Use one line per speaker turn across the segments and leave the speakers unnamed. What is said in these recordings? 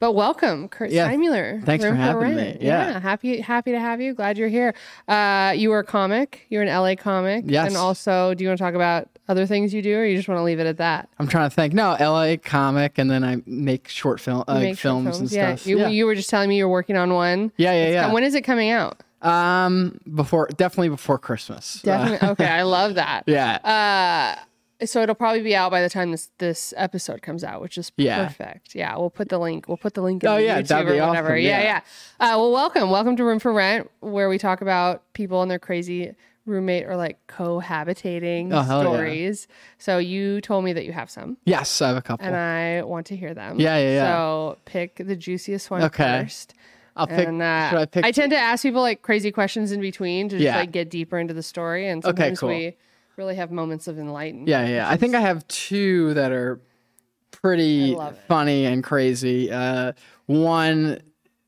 Well, welcome, Kurt
Yeah.
Steimuller.
Thanks for
Room
having me.
Rent.
Yeah.
happy happy to have you. Glad you're here. Uh, you are a comic. You're an LA comic.
Yes.
And also, do you want to talk about other things you do, or you just want to leave it at that?
I'm trying to think. No, LA comic, and then I make short film, uh,
You make short
films, and
yeah.
stuff.
You,
yeah.
you were just telling me you're working on one.
yeah, yeah, yeah.
And when is it coming out?
um, before definitely before Christmas. Uh,
Definitely. Uh, okay, I love that.
yeah.
So it'll probably be out by the time this this episode comes out, which is
Yeah.
perfect. Yeah, we'll put the link. We'll put the link. In
Oh,
the
yeah,
YouTube
that'd be
or whatever.
awesome,
Yeah, yeah.
yeah.
Uh, well, welcome, welcome to Room for Rent, where we talk about people and their crazy roommate or like cohabitating
Oh, hell yeah.
stories. So you told me that you have some,
yes, I have a couple.
and uh, I want to hear them.
Yeah, yeah, yeah.
So pick the juiciest one first.
Okay. I'll pick.
and uh,
should I pick?
tend to ask people like crazy questions in between to just
Yeah.
like get deeper into the story, and
Okay,
sometimes
cool.
we really have moments of enlightenment.
yeah, yeah. I think I have two that are pretty
I love it.
funny and crazy. Uh, one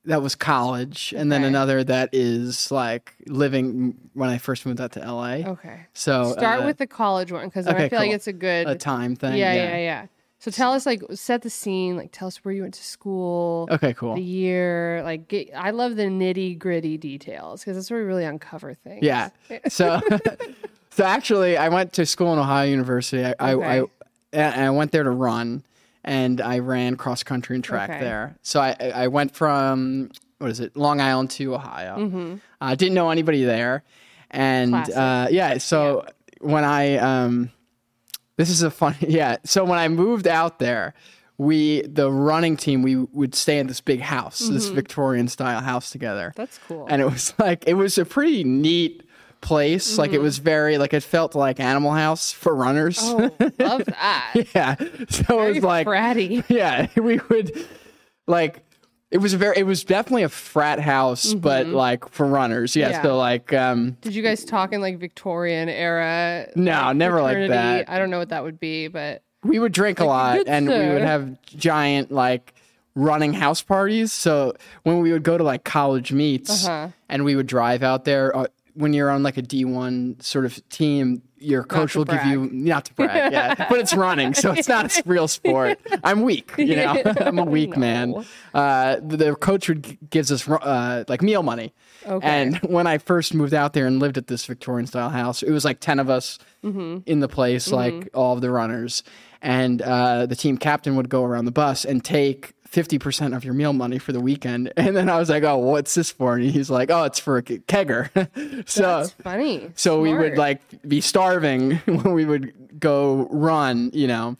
that was college, and then
Okay.
another that is like living when I first moved out to LA.
Okay.
So
Start
uh,
with the college one because I
okay,
feel like
cool.
it's a good.
a time
yeah,
thing.
yeah, yeah, So tell us, like, set the scene. Like, tell us where you went to school,
Okay, cool.
the year. Like, get, I love the nitty gritty details because that's where we really uncover things.
Yeah. So, so actually, I went to school in Ohio University. I, I, I,
Okay.
and I went there to run, and I ran cross country and track
Okay.
there. So I, I I went from what is it, Long Island to Ohio. I didn't know anybody there, and
Mm-hmm. Classic.
uh, yeah. So when I um, this is a funny yeah. So when I moved out there. We the running team we would stay in this big house, this Victorian style house together.
Mm-hmm. That's cool.
And it was like it was a pretty neat place. Like it was very like it felt like Animal House for runners.
Mm-hmm. Oh, love that.
yeah. So it
Very
was like
fratty.
yeah, we would like it was a very it was definitely a frat house but like for runners. Yeah,
Mm-hmm. Yeah.
so like um
Did you guys talk in like Victorian era?
No, never like
fraternity?
that.
I don't know what that would be, but
we would drink a lot
good
and we
sir.
would have giant like running house parties so when we would go to like college meets
Uh-huh.
and we would drive out there uh, when you're on like a d1 sort of team your coach
to
will give you not to brag yeah but it's running so it's not a real sport i'm weak you know i'm a weak man
No.
uh, the- the coach would g- gives us ru- uh, like meal money
Okay.
and when i first moved out there and lived at this victorian style house it was like 10 of us
Mm-hmm.
in the place, like all of the runners. And uh, the team captain would go around the bus and take 50% of your meal money for the weekend. And then I was like, oh, what's this for? And he's like, oh, it's for a ke- kegger. so
that's funny.
Uh, so we would
Smart.
like be starving when we would go run, you know.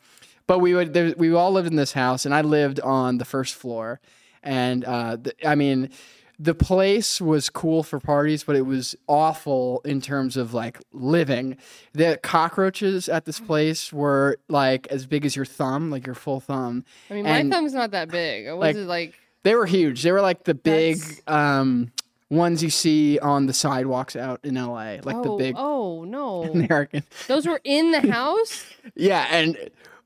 But we would there, we all lived in this house, and I lived on the first floor, and uh, the, I mean, the place was cool for parties, but it was awful in terms of like living. The cockroaches at
Mm-hmm.
this place were like as big as your thumb, like your full thumb.
I mean,
and-
my thumb's not that big. What
like-
was it like?
They were huge. They were like the big
That's-
um, ones you see on the sidewalks out in L.A., like
Oh,
the big
oh no,
American.
those were in the house.
Yeah, and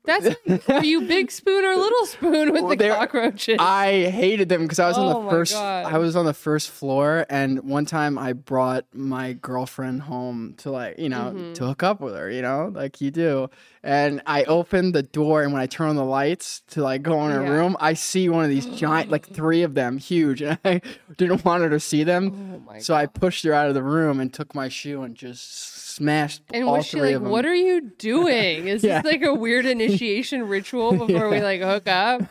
That's like, were you big spoon or little spoon with
Well,
the
they're-
cockroaches?
I hated them because I was
Oh
on
my
the first.
God.
I was on the first floor, and one time I brought my girlfriend home to like you know
Mm-hmm.
to hook up with her, you know, like you do. And I opened the door, and when I turn on the lights to like go in her
Yeah.
room, I see one of these giant, like three of them, huge, and I didn't want her to see them.
oh my!
so I pushed her out of the room and took my shoe and just smashed
and
all
was she
three
like,
of them.
"What are you doing? Is
Yeah.
this like a weird initiation ritual before we like hook up?"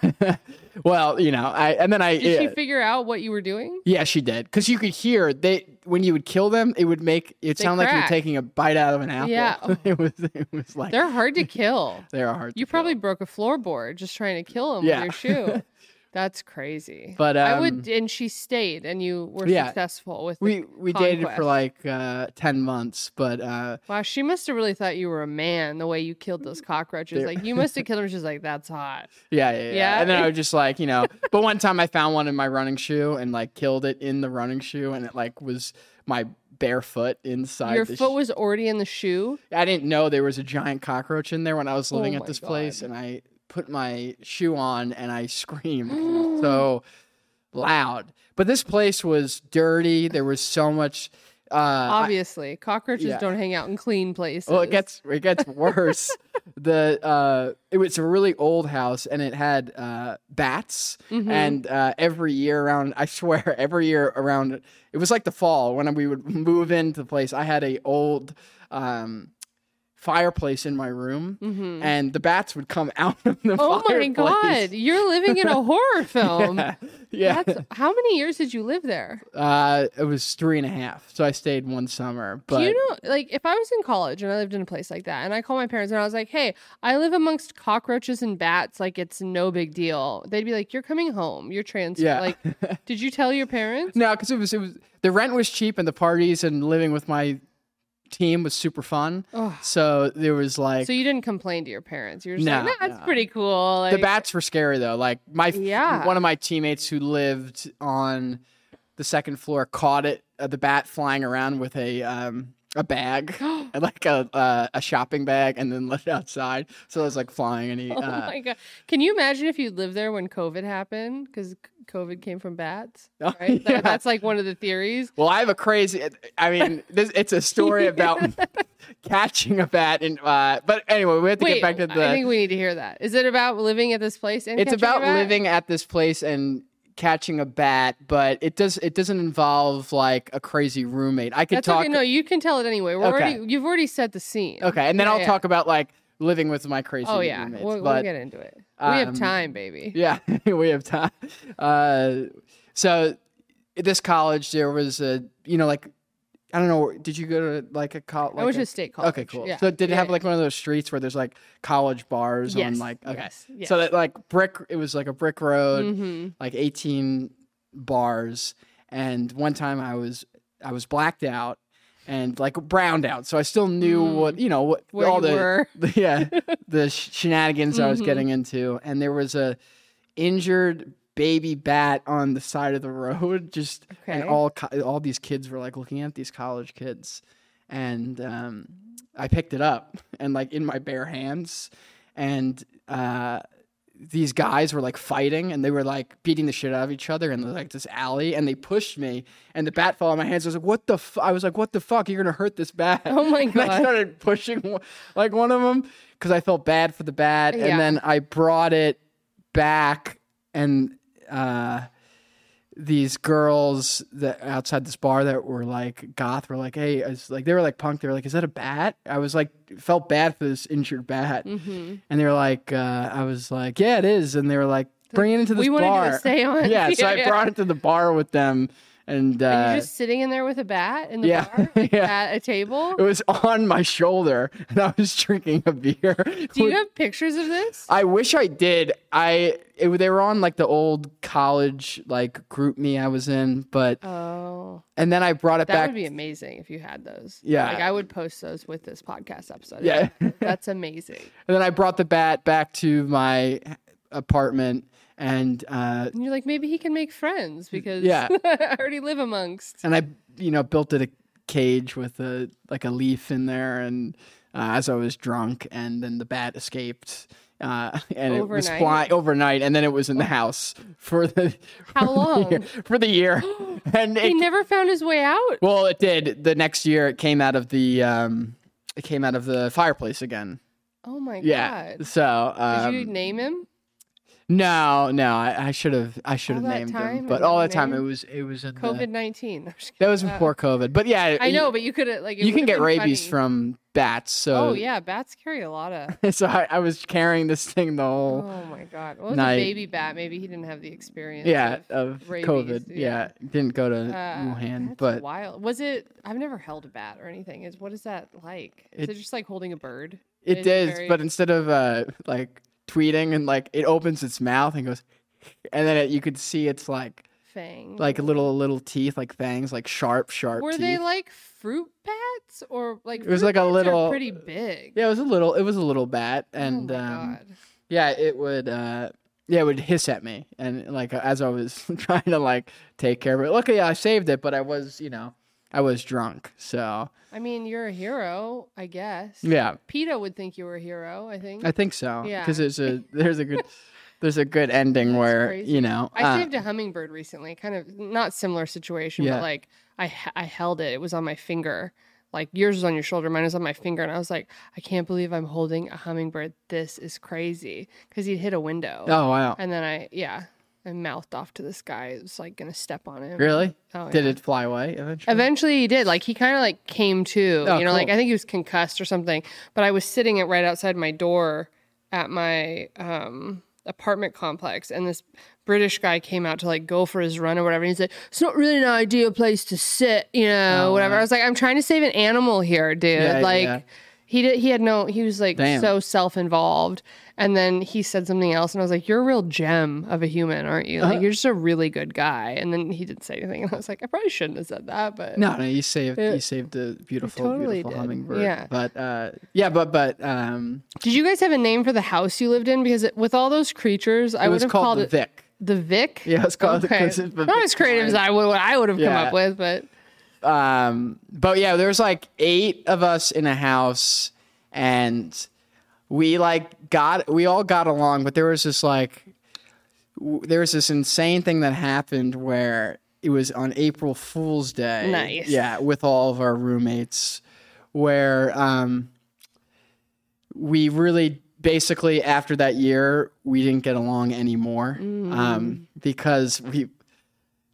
well, you know, I and then I
Did
yeah.
she figure out what you were doing?
Yeah, she did. Because you could hear they when you would kill them, it would make it sound like you were
crack.
taking a bite out of an apple.
Yeah.
it was it was like they're,
They're hard to kill.
hard.
You
to
probably
kill.
broke a floorboard just trying to kill him
Yeah.
with your shoe. That's crazy.
But,
I
um,
would, and she stayed, and you were
Yeah.
successful with. the-
we we dated for
conquest.
like uh, ten months, but uh,
wow, she must have really thought you were a man the way you killed those cockroaches. Like you must have killed them. She's like, "That's hot."
yeah, yeah, yeah,
Yeah.
And then I was just like, you know. but one time I found one in my running shoe and like killed it in the running shoe, and it like was my bare foot inside.
Your
the
foot was already in the shoe.
I didn't know there was a giant cockroach in there when I was living
Oh my
at this
God.
place, and I put my shoe on and I screamed so loud. But this place was dirty. There was so much Uh, I-
Obviously, cockroaches
yeah.
don't hang out in clean places.
well, it gets it gets worse. the uh, it was a really old house, and it had uh, bats.
Mhm.
And uh, every year around, I swear, every year around, it was like the fall when we would move into the place. I had a old um, fireplace in my room,
Mhm.
and the bats would come out of the
Oh my
fireplace.
god, you're living in a horror film.
Yeah, yeah.
That's, how many years did you live there?
Uh, it was three and a half, so I stayed one summer. But
Do you know, like, if I was in college and I lived in a place like that, and I called my parents and I was like, "Hey, I live amongst cockroaches and bats. Like, it's no big deal." They'd be like, "You're coming home. You're trans.
Yeah.
Like, did you tell your parents?"
No, because it was it was the rent was cheap and the parties and living with my team was super fun.
Ugh.
So there was like
So you didn't complain to your parents. You're just
No,
like, "That's
no.
pretty cool."
the
Like,
bats were scary though. Like my
Yeah.
one of my teammates who lived on the second floor caught it uh, the bat flying around with a um a bag like a uh, a shopping bag and then let it outside. So it was like flying and he
oh
uh,
my god! Can you imagine if you lived there when COVID happened? Because COVID came from bats,
Oh,
right? That-
yeah.
that's like one of the theories.
Well, I have a crazy. I mean, this, it's a story about catching a bat, and uh, but anyway, we have to
Wait,
get back to the.
I think we need to hear that. Is it about living at this place? And
it's
catching a
about
bat?
living at this place and catching a bat, but it does it doesn't involve like a crazy roommate. I could
That's
talk
okay. No, you can tell it anyway. We're
Okay.
already you've already set the scene.
Okay, and then
Yeah,
I'll
yeah.
talk about like living with my crazy
Oh yeah,
roommates.
we'll, we'll
but
get into it. we
um,
have time, baby.
yeah, we have time. Uh, so at this college there was a you know like I don't know, did you go to like a college?
I went to state college.
Okay, cool.
Yeah.
So did it
Yeah,
have
yeah.
like one of those streets where there's like college bars
yes.
on like okay.
Yes. yes.
So that like brick it was like a brick road,
Mhm.
like 18 bars and one time I was I was blacked out and like browned out. So I still knew what, you know, what
Mm. Where
all
you
the
were.
the- yeah, the sh- shenanigans I
Mm-hmm.
was getting into and there was a injured baby bat on the side of the road just and
Okay.
all co- all these kids were like looking at these college kids and um, I picked it up and like in my bare hands and uh, these guys were like fighting and they were like beating the shit out of each other in like this alley and they pushed me and the bat fell on my hands. I was like, what the fu-? I was like, what the fuck? You're gonna hurt this bat.
Oh my
And I
God.
started pushing one- like one of them because I felt bad for the bat
Yeah.
and then I brought it back and uh these girls that outside this bar that were like goth were like, hey, it's like they were like punk. They were like, is that a bat? I was like, felt bad for this injured bat,
Mm-hmm.
and they were like, uh, I was like, yeah, it is, and they were like, bring it into this
We wanted
bar.
you to stay on.
Yeah, so I
Yeah.
brought it to the bar with them, and, uh,
And you're just sitting in there with a bat in the
yeah,
bar like,
yeah.
at a table.
it was on my shoulder, and I was drinking a beer.
Do you have pictures of this?
I wish I did. I it, they were on like the old college like group me I was in, but
oh,
and then I brought it
that
back.
would be amazing if you had those.
Yeah.
like I would post those with this podcast episode.
Yeah.
that's amazing.
And then I brought the bat back to my apartment, and uh,
And you're like, maybe he can make friends because
Yeah.
I already live amongst.
and I, you know, built it a cage with a like a leaf in there, and uh, as I was drunk, and then the bat escaped, uh, and it was
Overnight?
flying overnight, and then it was in the house for the
How
for the
long?
year- for the year, and
He
it,
never found his way out.
well, it did. The next year, it came out of the um, it came out of the fireplace again.
Oh my
Yeah,
god!
so um,
Did you name him?
No, no, I should have I should have
All that
named
time
him,
and
but all
no
that time
name?
it was it was in the-
COVID nineteen.
that was before COVID. But yeah,
I
you-
know, but you could have like it
you can
would've
get
been
rabies
funny.
from bats. So
Oh yeah, bats carry a lot of.
so I, I was carrying this thing the whole
Oh my god! Well, it was
Night.
a baby bat. Maybe he didn't have the experience.
yeah
of-
of
rabies,
COVID. Yeah.
yeah.
didn't go to
Uh,
Wuhan,
that's
but
wild. Was it? I've never held a bat or anything. Is what is that like? Is
It-
it, just like holding a bird?
it
It's
did.
very-
But instead of uh like tweeting and like it opens its mouth and goes, and then it, you could see it's like
Fang.
like little little teeth like fangs like sharp sharp.
were
teeth.
they like fruit bats or like?
It was
fruit
like a
bats are
little-
pretty big.
yeah, it was a little. It was a little bat, and
oh my
um,
god.
Yeah, it would. Uh, yeah, it would hiss at me, and like as I was trying to like take care of it. Luckily, I saved it, but I was, you know, I was drunk. So
I mean, you're a hero, I guess.
yeah,
PETA would think you were a hero, I think.
I think so.
Yeah.
because there's a there's a good there's a good ending where
crazy.
you know.
I
uh,
saved a hummingbird recently, kind of not similar situation,
Yeah.
but like I h- I held it. It was on my finger. Like yours was on your shoulder, mine was on my finger, and I was like, I can't believe I'm holding a hummingbird. This is crazy because he'd hit a window.
Oh wow.
And then I yeah, I mouthed off to this guy. It was like gonna step on him.
Really?
Oh,
Did
yeah.
it fly away eventually?
Eventually he did. Like he kind of like came to,
Oh,
you know, like
cool.
I think he was concussed or something. But I was sitting it right outside my door at my um apartment complex and this British guy came out to like go for his run or whatever. And he's like, It's not really an ideal place to sit, you know,
Oh,
whatever.
wow.
I was like, I'm trying to save an animal here, dude.
Yeah,
like
yeah.
He did. He had no. He was like
Damn.
so self-involved, and then he said something else, and I was like, "You're a real gem of a human, aren't you? Like,
Uh-huh.
you're just a really good guy." And then he didn't say anything, and I was like, "I probably shouldn't have said that." But
No, no, you saved
It-
you saved the beautiful,
totally
beautiful
did.
hummingbird.
Yeah.
But uh, yeah, but but um,
Did you guys have a name for the house you lived in? Because it, with all those creatures, I
it
would
was
have
called
called
the
it
Vic.
the Vic.
Yeah, it's called the-
okay.
'cause it's the
Not
Vic
as creative as I would what I would have
Yeah.
come up with, but
Um, but yeah, there was like eight of us in a house, and we like got we all got along. But there was this like w- there was this insane thing that happened where it was on April Fool's Day.
Nice.
Yeah, with all of our roommates, where um, we really basically after that year we didn't get along anymore um, because we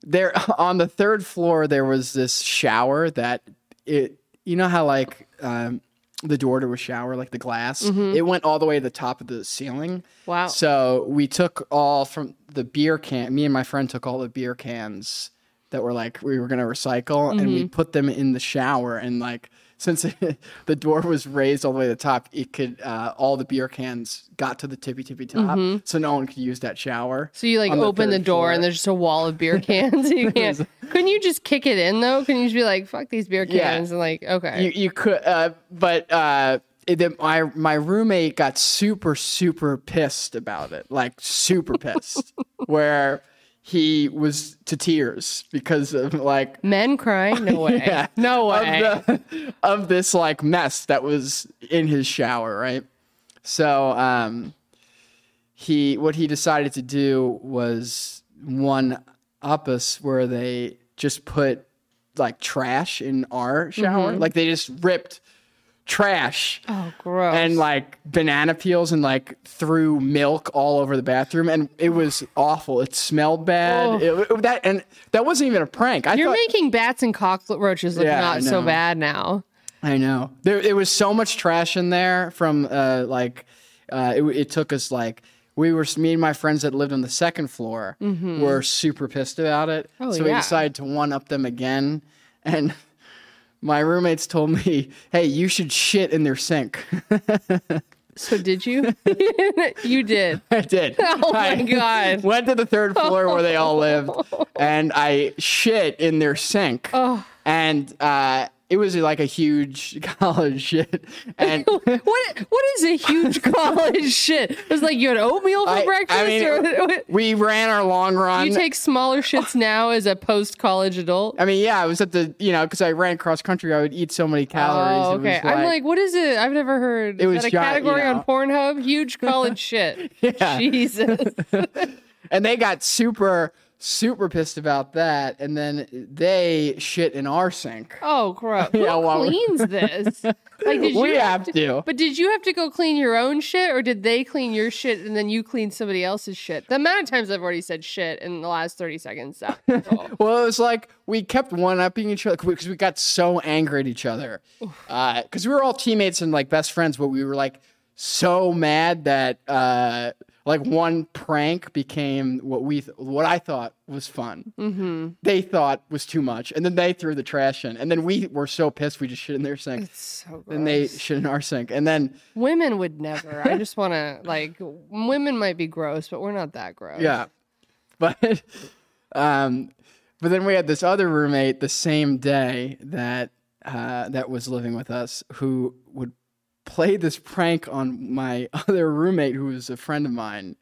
there on the third floor there was this shower that it you know how like um, the door to a shower like the glass it went all the way to the top of the ceiling
wow.
so we took all from the beer can me and my friend took all the beer cans that were like we were gonna recycle and we put them in the shower and like since the door was raised all the way to the top it could uh, all the beer cans got to the tippy tippy top so no one could use that shower
so you like
on the
open the
third
door
floor.
and there's just a wall of beer cans. you can't. Couldn't you just kick it in though? Couldn't you just be like, "Fuck these beer
Yeah.
cans" and like, okay,
you, you could uh, but uh it, then my my roommate got super super pissed about it like super pissed where he was to tears because of like
men crying? No way.
yeah,
No
of
way.
the- of this like mess that was in his shower right so um he what he decided to do was one up us where they just put like trash in our shower
Mm-hmm.
like they just ripped trash
oh, gross.
and like banana peels and like threw milk all over the bathroom and it was awful it smelled bad It- that and that wasn't even a prank i
You're
thought
making bats and cockroaches look
Yeah, I
not so
know.
bad now.
I know. There it was so much trash in there from uh like uh it, it took us like we were me and my friends that lived on the second floor were super pissed about it.
Mm-hmm. Oh,
so we
yeah.
decided to one up them again and my roommates told me, "Hey, you should shit in their sink."
So did you? you did.
I did.
Oh my
I
God.
Went to the third floor where they all lived, and I shit in their sink.
Oh.
And uh, it was like a huge college shit. And
what what is a huge college shit? It's like you had oatmeal for
I- I
breakfast,
mean, uh,
or what?
we ran our long run.
you take smaller shits now as a post college adult.
I mean, yeah, I was at the you know because I ran cross country, I would eat so many calories.
oh,
it was
okay. I'm like, what is it? I've never heard. It
was
that a
giant, you
category
know.
on Pornhub? Huge college shit.
Yeah.
Jesus.
and they got super super pissed about that, and then they shit in our sink.
Oh, gross.
Yeah,
Who
well-
cleans this? Like, did
we
you
have to.
But did you have to go clean your own shit, or did they clean your shit and then you clean somebody else's shit? The amount of times I've already said shit in the last thirty seconds. that- oh.
Well, it was like we kept one upping each other because we got so angry at each other. Because we were all teammates and like best friends, but we were like so mad that uh, like one prank became what we th- what I thought was fun. Mm-hmm. They thought was too much, and then they threw the trash in, and then we were so pissed we just shit in their sink.
So gross.
And they shit in our sink, and then
Women would never. I just want to like women might be gross, but we're not that gross.
Yeah. But um but then we had this other roommate the same day that uh that was living with us who would play this prank on my other roommate who was a friend of mine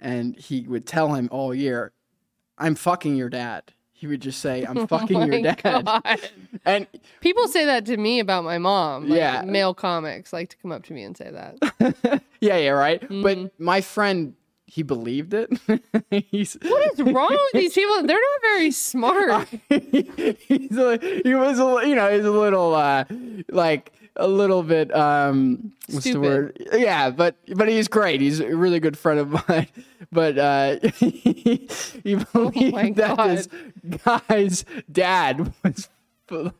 and he would tell him all year, I'm fucking your dad. He would just say, I'm fucking your
Oh My
dad.
God.
And
People say that to me about my mom. Like,
Yeah.
Male comics like to come up to me and say that. Mm-hmm.
yeah, yeah, right. But my friend he believed it. he's,
What is wrong with these people? They're not very smart.
he's a, he was a, you know he's a little uh, like a little bit um what's
Stupid.
the word yeah but but he's great he's a really good friend of mine but uh he, he believed
Oh my
that
God.
this guy's dad was f-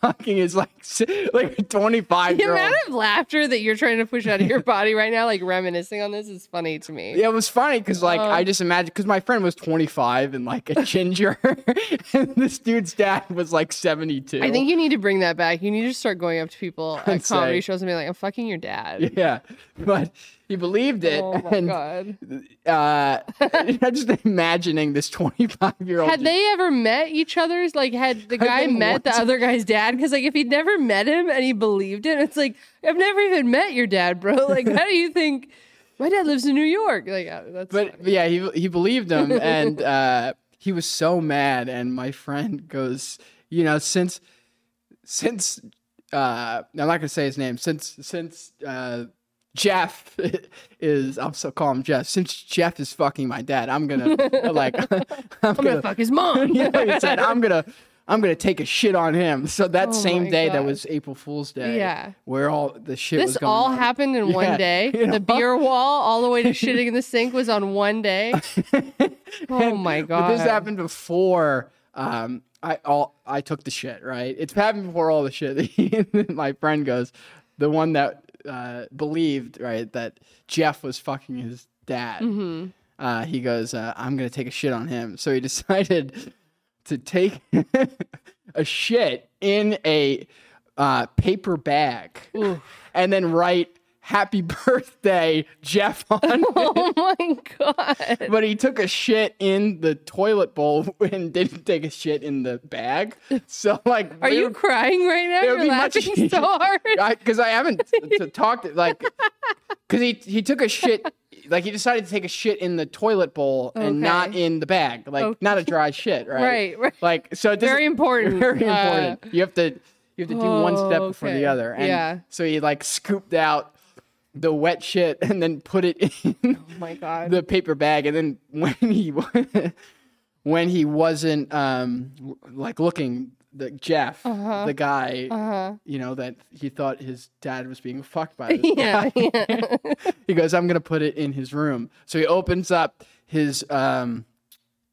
fucking his like s- like 25
The
year old
amount of laughter that you're trying to push out of your body right now, like reminiscing on this, is funny to me.
Yeah, it was funny because like I just imagined because my friend was 25 and like a ginger, and this dude's dad was like 72.
I think you need to bring that back. You need to start going up to people at
And
comedy
say-
shows and being like, "I'm fucking your dad."
yeah, but he believed it,
Oh my
and
god!
uh, I'm just imagining this 25 year old.
Had they ever met each other's? Like, had the guy
think
met the
once-
other guy's dad? Because like, if he'd never met him and he believed it, it's like I've never even met your dad, bro. Like, how do you think my dad lives in New York? Like, uh, that's
but but yeah, he he believed him, and uh, he was so mad. And my friend goes, you know, since since uh, I'm not gonna say his name. Since since uh, Jeff is, I'm so call him Jeff. Since Jeff is fucking my dad, I'm gonna like, I'm,
I'm gonna
gonna,
fuck his mom.
yeah, he said, I'm gonna. I'm gonna take a shit on him. So that same
Oh my
day, that
God.
was April Fool's Day.
Yeah.
where all the shit was
This
going
all
on.
happened in
Yeah,
one day.
you know?
The beer wall, all the way to shitting in the sink, was on one day. oh my god!
But this happened before um, I all I took the shit. Right, it's happened before all the shit. My friend goes, the one that uh, believed right that Jeff was fucking his dad.
Mm-hmm.
Uh, he goes, uh, I'm gonna take a shit on him. So he decided to take a shit in a uh, paper bag and then write "Happy Birthday, Jeff" on it
Oh my god!
but he took a shit in the toilet bowl and didn't take a shit in the bag. So like,
Are you crying right now?
would
You're
be much
laughing
easier.
so hard.
Because I, haven't t- t- talked like, because he he took a shit. Like he decided to take a shit in the toilet bowl and not
Okay.
in the bag, like
Okay.
not a dry shit, right?
Right, right.
Like so, it doesn't-
Very important.
Very
Uh,
important. you have to you have to do one step before
okay.
the other, and
Yeah.
so he like scooped out the wet shit and then put it in
Oh my god!
the paper bag and then when he when he wasn't um w- like looking the jeff
Uh-huh.
the guy you know that he thought his dad was being fucked by this
yeah,
guy,
yeah.
he goes i'm gonna put it in his room so he opens up his um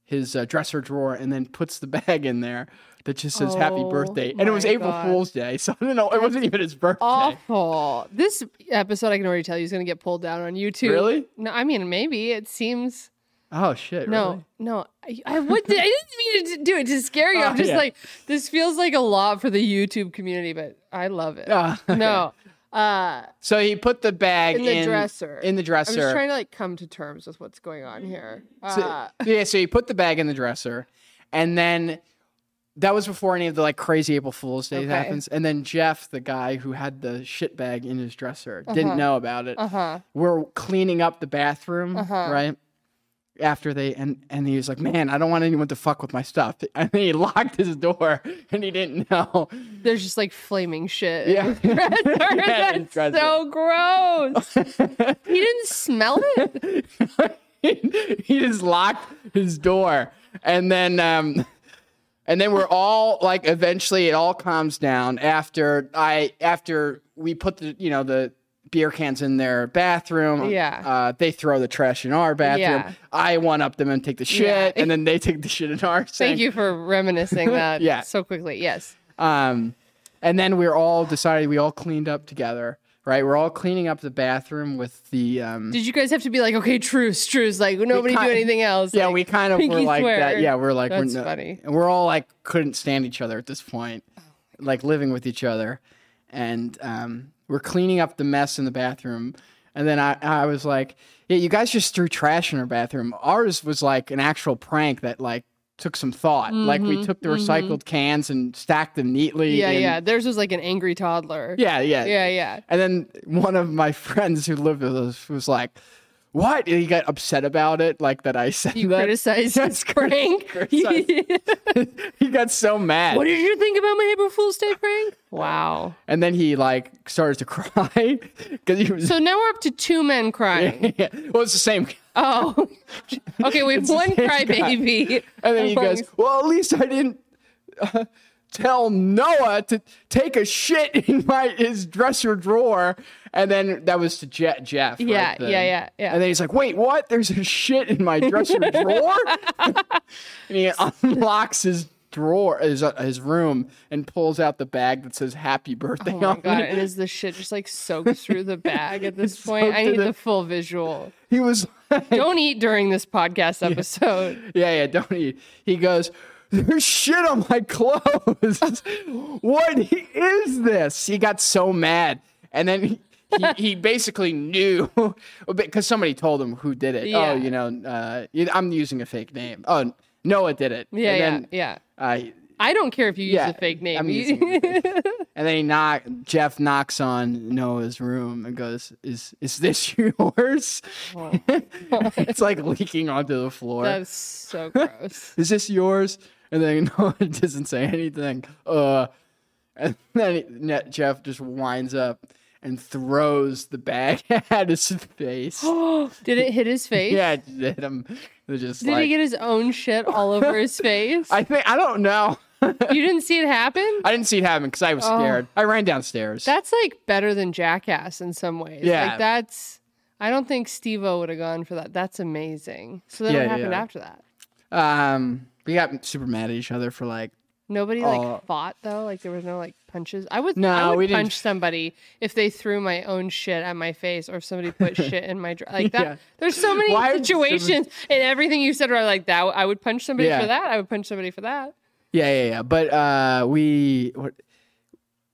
his uh, dresser drawer and then puts the bag in there that just says happy
Oh
birthday and it was
my
april
God.
fool's day so i don't know it wasn't even his birthday
Awful. This episode, I can already tell you, is going to get pulled down on YouTube.
Really?
No, I mean maybe it seems.
oh shit really?
No, no, I, I would. I didn't mean to do it to scare you.
Oh,
I'm just
yeah.
like this feels like a lot for the YouTube community, but I love it.
Ah, okay.
No, uh,
so he put the bag
in the dresser.
in the
I'm
dresser
just trying to like come to terms with what's going on here.
So-
Uh,
yeah, so you put the bag in the dresser, and then that was before any of the like crazy April Fool's Day
Okay.
happens. And then Jeff, the guy who had the shit bag in his dresser,
Uh-huh.
didn't know about it.
uh huh.
We're cleaning up the bathroom,
Uh-huh.
right? After they and and he was like, "Man, I don't want anyone to fuck with my stuff." And then he locked his door, and he didn't know.
There's just like flaming shit.
Yeah.
in his dresser.
Yeah, in
That's
his dresser.
so gross. he didn't smell it.
he just locked his door and then um and then we're all like eventually it all calms down after i after we put the you know the beer cans in their bathroom
Yeah.
uh, they throw the trash in our bathroom
Yeah.
i one up them and take the shit
Yeah.
and then they take the shit in our
Thank you for reminiscing that
Yeah.
so quickly. Yes.
um, and then we're all decided we all cleaned up together right we're all cleaning up the bathroom with the um
Did you guys have to be like, okay, truce, truce, like nobody do
kind-
anything else?
Yeah,
like,
we kind of were
pinky
like that.
swear.
Yeah, we're like
That's
we're no-
funny. Oh,
and we're all like couldn't stand each other at this point, like living with each other, and um, we're cleaning up the mess in the bathroom. And then I, I was like, yeah, you guys just threw trash in our bathroom. Ours was like an actual prank that like took some thought. Like we took the recycled cans and stacked them neatly.
Mm-hmm, Yeah,
in-
yeah. Theirs was like an angry toddler.
yeah, yeah,
Yeah, yeah.
and then one of my friends who lived with us was like, "What?" And he got upset about it, like that I said
You
that.
criticized
Yes,
Frank.
criticized. he got so mad,
what did you think about my April Fool's Day prank? Wow.
and then he like started to cry because he was.
So now we're up to two men crying.
yeah. Well, it's the same
Oh, okay. We have one crybaby.
And then he goes, Well, at least I didn't uh, tell Noah to take a shit in my his dresser drawer. And then that was to Je- Jeff. right?
Yeah,
The-
yeah, yeah, yeah.
And then he's like, Wait, what? There's a shit in my dresser drawer? and he unlocks his drawer, his, uh, his room, and pulls out the bag that says Happy Birthday
Oh my
on
god!
it.
And is the shit just like soaked through the bag at this point?
soaked
I
in
need
the-
the full visual.
He was
Don't eat during this podcast episode.
Yeah, yeah, don't he? He goes, There's shit on my clothes. what is this? He got so mad. And then he, he, he basically knew because somebody told him who did it.
Yeah.
Oh, you know, uh, you- I'm using a fake name. Oh, Noah did it.
Yeah,
and
yeah,
then,
yeah.
Uh,
I don't care if you use
yeah,
a fake name.
I'm
You-
using a fake name. and then he knock, Jeff knocks on Noah's room and goes, "Is is this yours?" it's like leaking onto the floor
That's so gross.
is this yours? And then no one doesn't say anything. Uh, and then Net Jeff just winds up and throws the bag at his face.
Did it hit his face?
yeah, it hit him. They're just
Did
like,
he get his own shit all over his face?
I think I don't know. I
you didn't see it happen?
didn't see it happen because I was
Oh.
scared. I ran downstairs.
That's like better than Jackass in some ways.
Yeah.
Like that's I don't think Steve O would have gone for that. That's amazing. So then
Yeah,
what happened
yeah.
after that?
um, we got super mad at each other for like.
Nobody like
Oh.
fought though. Like there was no like punches. I would
No,
I would
we didn't-
punch somebody if they threw my own shit at my face or if somebody put shit in my dr- like that.
Yeah.
There's so many
Why would somebody-
situations and everything you said were like that. I would punch somebody
Yeah.
for that. I would punch somebody for that.
Yeah, yeah, yeah. But uh, we, what,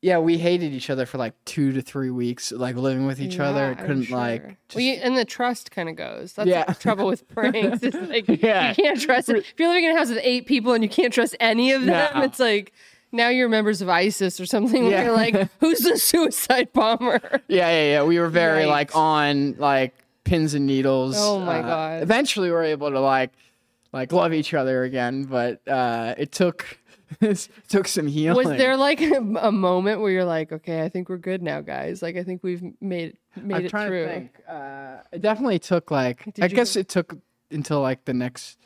yeah, we hated each other for like two to three weeks, like living with each other.
Yeah, I'm
Couldn't like.
sure.
just-
Well, you- and the trust kind of goes. That's
Yeah.
the trouble with pranks. It's like
Yeah.
you can't trust. If you're living in a house with eight people and you can't trust any of them,
No.
it's like now you're members of ISIS or something.
Yeah.
Where you're like, who's the suicide bomber?
Yeah, yeah, yeah. We were very like
Yikes.
on like pins and needles.
Oh my
Uh,
God.
Eventually, we were able to like like love each other again, but uh, it took it took some healing.
Was there like a, a moment where you're like, okay, I think we're good now, guys. Like I think we've made made
I'm
it
trying
through.
to think. Uh, it definitely took like I
you go-
guess it took until like the next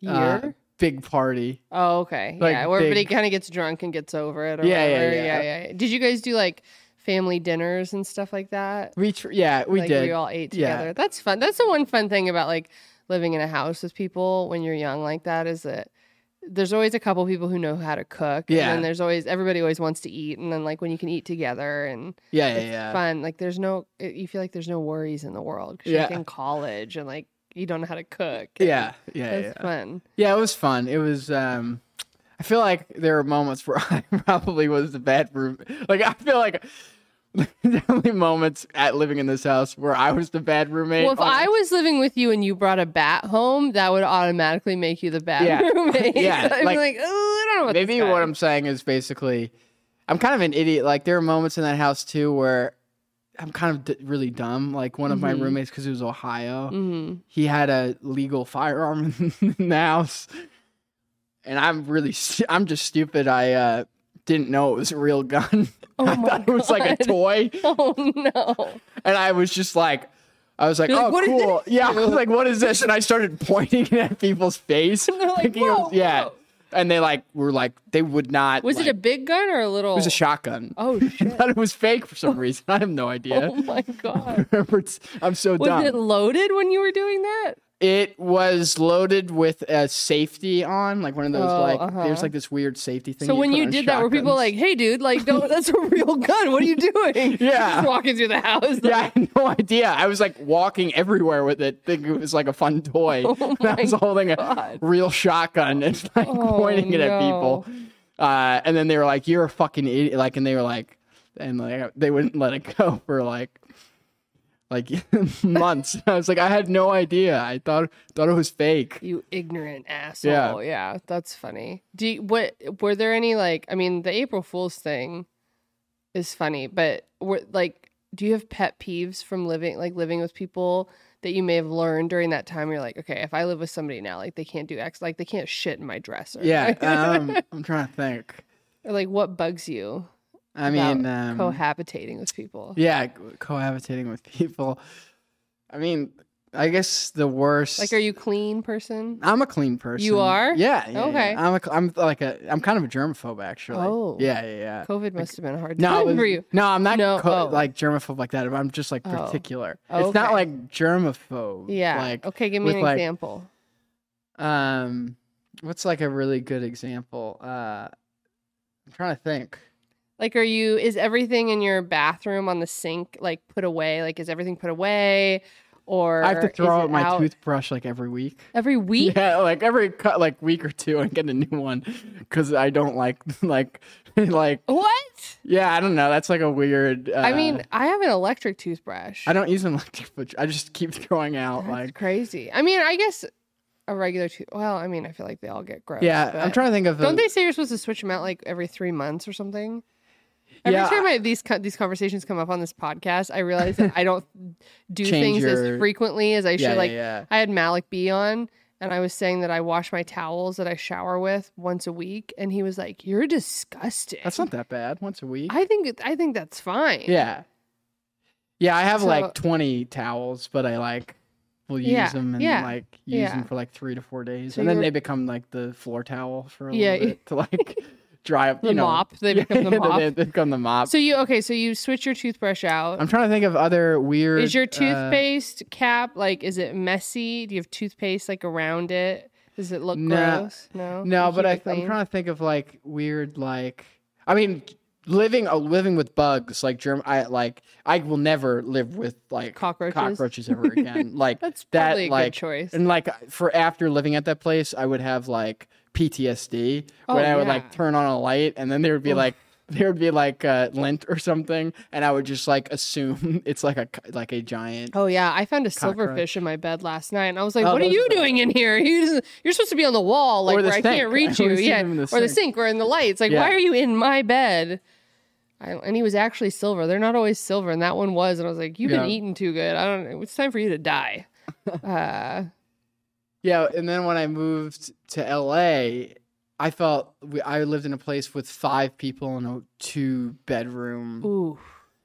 Year.
uh, big party.
Oh, okay.
Like,
yeah, where everybody
big-
kind of gets drunk and gets over it. Or
Yeah, yeah,
whatever.
yeah.
yeah, yeah. Did you guys do like family dinners and stuff like that?
We tr- yeah we
like
did.
we all ate
Yeah.
together. That's fun. That's the one fun thing about like living in a house with people when you're young like that is that there's always a couple people who know how to cook.
Yeah.
And then there's always everybody always wants to eat. And then like when you can eat together and
yeah yeah
it's
yeah.
fun. Like there's no it- you feel like there's no worries in the world because
Yeah.
you're like in college and like you don't know how to cook.
Yeah, yeah,
That's
yeah.
fun.
Yeah, it was fun. It was. um I feel like there were moments where I probably was the bad room. Like I feel like definitely moments at living in this house where I was the bad roommate.
Well, if
Oh,
I was living with you and you brought a bat home, that would automatically make you the bad
Yeah.
roommate.
Yeah,
I'd
like-
be like, oh, I don't know what
maybe
this guy
what I'm saying is basically, I'm kind of an idiot. Like there are moments in that house too where I'm kind of d- really dumb. Like one of
Mm-hmm.
my roommates, because he was Ohio, he had a legal firearm in the house, and I'm really, st- I'm just stupid. I uh, didn't know it was a real gun. I
Oh my
thought it was like a
God.
toy,
Oh no.
and I was just like. I was like,
You're like,
oh,
"What is
cool.
this?"
Yeah, I was like, what is this? And I started pointing it at people's face.
They're like,
thinking it was-
"Whoa,
yeah.
whoa."
And they like were like, they would not.
Was
like,
it a big gun or a little?
it was a shotgun.
Oh
I
shit!
thought it was fake for some reason. I have no idea.
Oh my god!
I'm so
Was
dumb.
it
It...
loaded when you were doing that?
was loaded with a safety on, like one of those
Oh,
like
uh-huh.
there's like this weird safety thing.
So when
put
you
on
did that, were people like,
shotguns.
"Hey, dude, like, don't, that's a real gun. What are you doing?"
Yeah.
just walking through the house.
Yeah, I had no idea. I was like walking everywhere with it, thinking it was like a fun toy. And I
Oh my
was holding a
God.
real shotgun and like
Oh,
pointing it at
no.
people. Uh, and then they were like, "You're a fucking idiot!" Like, and they were like, and like they wouldn't let it go for like like months. I was like, I had no idea. I thought thought it was fake.
You ignorant asshole. Yeah, that's funny. Do you, what? Were there any like? I mean, the April Fool's thing is funny, but were like, do you have pet peeves from living like living with people that you may have learned during that time? You're like, okay, if I live with somebody now, like they can't do X, like they can't shit in my dresser.
Yeah, um, I'm trying to think.
Or, like what bugs you?
I
about
mean, um,
cohabitating with people.
Yeah, cohabitating with people. I mean, I guess the worst.
Like, are you clean person?
I'm a clean person.
You are?
Yeah. yeah,
Okay.
yeah. I'm a. cl- I'm like a. I'm kind of a germaphobe actually.
Oh.
Yeah. Yeah. yeah.
COVID must have been a hard
Uh, No,
time
it was-
for you.
no, I'm not
No, oh.
co- like germaphobe like that. I'm just like
Oh.
particular.
Oh,
It's not
okay.
like germaphobe.
Yeah.
Like
okay, give me
with,
an
like-
example.
um, what's like a really good example? Uh, I'm trying to think.
Like, are you? Is everything in your bathroom on the sink like put away? Like, is everything put away? Or
I have to
is
throw
it
out my toothbrush like every week.
every week.
Yeah, like every cut, like week or two, I get a new one because I don't like like like
What?
yeah. I don't know. That's like a weird. Uh,
I mean, I have an electric toothbrush.
I don't use an electric. But I just keep throwing out
That's
like
crazy. I mean, I guess a regular tooth. Well, I mean, I feel like they all get gross.
yeah.
but-
I'm trying to think of. a-
Don't they say you're supposed to switch them out like every three months or something? Every
Yeah,
time I, these co- these conversations come up on this podcast, I realize that I don't do
Change
things
your-
as frequently as I should.
yeah,
like
yeah,
I had Malik B on, and I was saying that I wash my towels that I shower with once a week, and he was like, "You're disgusting."
That's not that bad. Once a week.
I think it- I think that's fine.
yeah. Yeah, I have
So-
like 20 towels, but I like will use
Yeah,
them and
yeah,
like use
yeah.
them for like three to four days,
So
and then
you're-
they become like the floor towel for a
Yeah,
little
you-
bit to like dry up.
the
you know,
mop they become the
Yeah,
mop.
they become the mop.
so you okay? So you switch your toothbrush out.
I'm trying to think of other weird.
Is your
uh,
toothpaste cap like? Is it messy? Do you have toothpaste like around it? Does it look
No.
gross? No.
no,
You
but
keep
I,
it clean?
I'm trying to think of like weird, like I mean, living uh, living with bugs, like germ. I like I will never live with like
Cockroaches?
cockroaches ever again. like
That's
that,
probably a
like,
good choice.
And like for after living at that place, I would have like PTSD
Oh,
when I would
yeah.
like turn on a light and then there would be like there would be like uh, lint or something, and I would just like assume it's like a c- like a giant.
Oh yeah, I found a
Cockroach.
silverfish in my bed last night, and I was like,
Oh,
"What are
those
you
are the-
doing in here? You- You're supposed to be on the wall, like
Or the
where I can't
sink.
reach
I
you,
always see
yeah,
them in the
or the
sink.
sink, or in the lights. Like,
Yeah.
why are you in my bed?" I, and he was actually silver. They're not always silver, and that one was. And I was like, "You've
Yeah.
been eating too good. I don't. It's time for you to die." uh,
Yeah, and then when I moved to LA, I felt we, I lived in a place with five people in a two bedroom
ooh,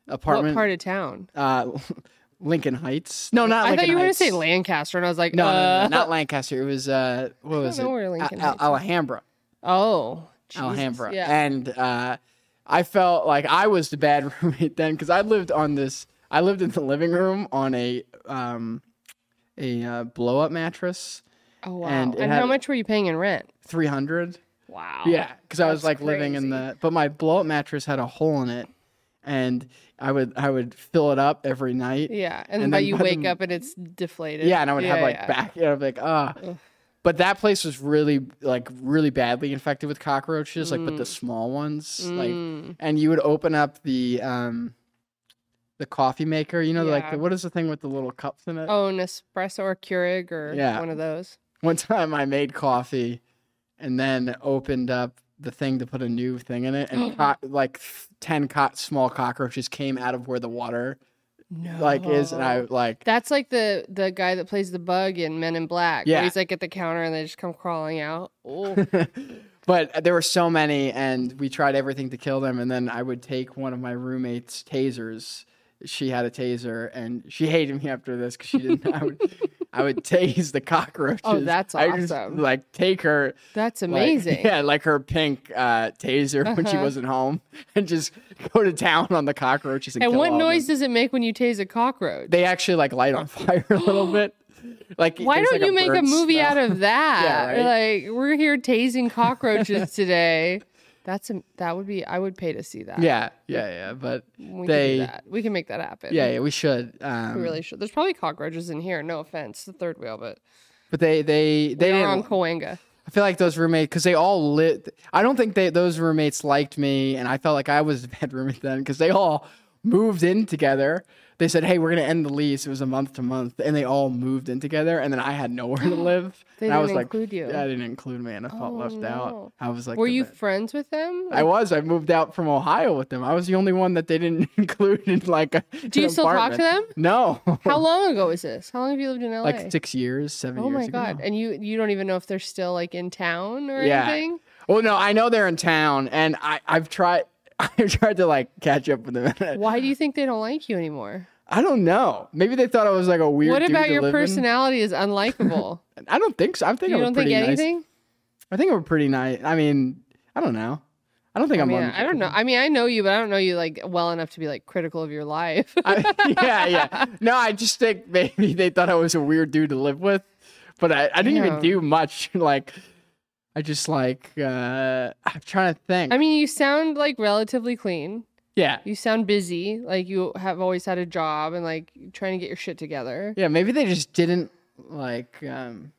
apartment.
what part of town?
Uh, Lincoln Heights. No, not.
I
Lincoln
thought you were going to say
Heights.
Lancaster, and I was like,
No, no,
uh,
no, not Lancaster. It was uh, what was
know
it?
where Lincoln
Al-
Heights is.
Alhambra.
Oh, Jesus.
Alhambra.
Yeah.
And uh, I felt like I was the bad roommate then because I lived on this. I lived in the living room on a um, a uh, blow up mattress,
oh wow.
and
And,
it
how
had-
much were you paying in rent?
three hundred.
Wow.
Yeah, because I was
Oh, That's
like living in
crazy.
the, but my blow up mattress had a hole in it, and I would I would fill it up every night. Yeah,
Yeah, and,
And
but
then
you
by the
wake
m-
up and it's deflated.
and I would have like
yeah.
back, and I'd be like ah. But that place was really like really badly infected with cockroaches, like
Mm.
but the small ones, like, and you would open up the um, the coffee maker, you know, like
Yeah.
the, what is the thing with the little cups in it?
Oh, an espresso or Keurig or
Yeah.
one of those.
One time I made coffee and then opened up the thing to put a new thing in it, and co- like 10 co- small cockroaches came out of where the water
No,
like is. And I
Oh.
like,
That's like the the guy that plays the bug in Men in Black. where
Yeah.
he's like at the counter and they just come crawling out. Oh,
but there were so many, and we tried everything to kill them. And then I would take one of my roommate's tasers. She had a taser, and she hated me after this because she didn't. I would, I would tase the cockroaches.
Oh, that's
I would just,
awesome.
like take her
that's
like-
amazing.
yeah, like her pink uh, taser when she
Uh-huh.
wasn't home, and just go to town on the cockroaches. And,
And
kill
what
all of them.
noise does it make when you tase a cockroach?
They actually like light on fire a little bit. Like,
Why
there's,
don't
like,
you make a
bird
movie
smell.
out of that?
Yeah,
Like we're here tasing cockroaches today. That's a, that would be I would pay to see that.
Yeah, yeah, yeah. But
we
they,
can do that. We can make that happen.
yeah, yeah, we should. Um,
we really should. There's probably cockroaches in here. No offense, the third wheel, but
But they, they, they
they are
didn't.
on Coanga.
I feel like those roommates, because they all lit. I don't think they those roommates liked me, and I felt like I was the bad roommate then because they all moved in together. They said, "Hey, we're gonna end the lease." It was a month to month, and they all moved in together, and then I had nowhere to live.
They
and I
didn't
was like,
include you.
Yeah, I didn't include me, and I felt
Oh,
left out.
no.
I was like,
Were
the
you
bad-
friends with them?
I was. I moved out from Ohio with them. I was the only one that they didn't include in like. A,
Do you still talk to
No,
How long ago was this? How long have you lived in LA?
like six years, seven
oh
years.
my
ago.
god! And you you don't even know if they're still like in town or
Yeah.
anything.
Well, no, I know they're in town, and I I've tried I've tried to like catch up with them.
Why do you think they don't like you anymore?
I don't know. Maybe they thought I was like a weird.
What
dude
about
to
your
live in.
personality is unlikable?
I don't think so. I think
you
I'm a
don't think
pretty nice-
anything?
I think I'm a pretty nice. I mean, I don't know. I don't think
I
I am
mean,
on.
I don't know. I mean, I know you, but I don't know you like well enough to be like critical of your life.
I- yeah, yeah. No, I just think maybe they thought I was a weird dude to live with, but I, I didn't
Yeah.
even do much. Like, I just like uh, I'm trying to think.
I mean, you sound like relatively clean.
yeah,
You sound busy, like you have always had a job and like trying to get your shit together.
yeah. Maybe they just didn't like. Um,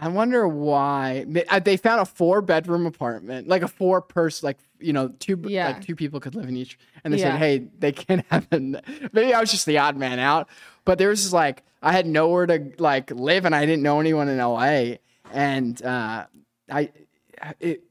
I wonder why they, I- they found a four bedroom apartment, like a four person, like you know, two
Yeah.
like two people could live in each, and they
Yeah.
said, "Hey, they can't have." An, maybe I was just the odd man out, but there was just, like I had nowhere to like live, and I didn't know anyone in L.A. And uh, I, it,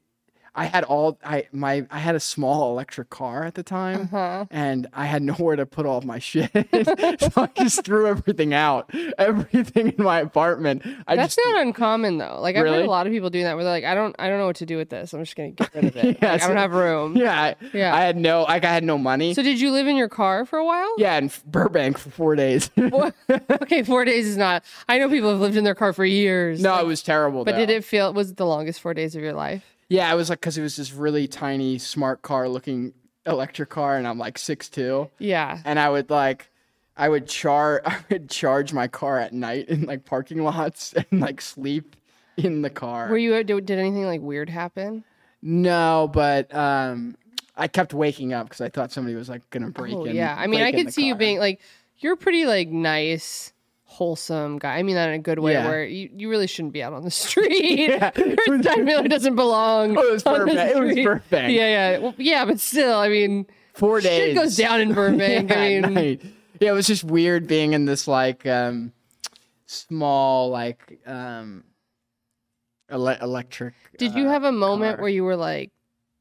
I had all I my I had a small electric car at the time,
Uh-huh.
and I had nowhere to put all of my shit, so I just threw everything out, everything in my apartment. I
That's
just
not uncommon though. Like I've heard
Really?
a lot of people doing that where they're like, I don't, I don't know what to do with this. I'm just gonna get rid of it. Like,
Yes.
I don't have room.
yeah, I-
Yeah.
I had no like I had no money.
So did you live in your car for a while?
yeah, in Burbank for four days. no,
What? okay, four days is not. I know people have lived in their car for years.
it was terrible.
But
though.
did it feel? Was it the longest four days of your life?
Yeah, it was like because it was this really tiny, smart car looking electric car, and I'm like six two,
Yeah.
and I would like, I would char, I would charge my car at night in like parking lots and like sleep in the car.
Were you? Did did anything like weird happen?
no, but um, I kept waking up because I thought somebody was like gonna break
Oh,
in.
yeah. I mean,
break
I
in
could
the
see you
car.
being like, you're a pretty like nice, wholesome guy. I mean that in a good way,
Yeah.
where you, you really shouldn't be out on the street. Your John Miller doesn't belong.
Oh, it was
on the
Burbank. It was
street.
Burbank.
Yeah, yeah, well, yeah. But still, I mean,
four days.
shit goes down in Burbank.
Yeah,
I mean,
night. yeah, it was just weird being in this like um small like um ele- electric. uh,
did you have a moment
car.
where you were like,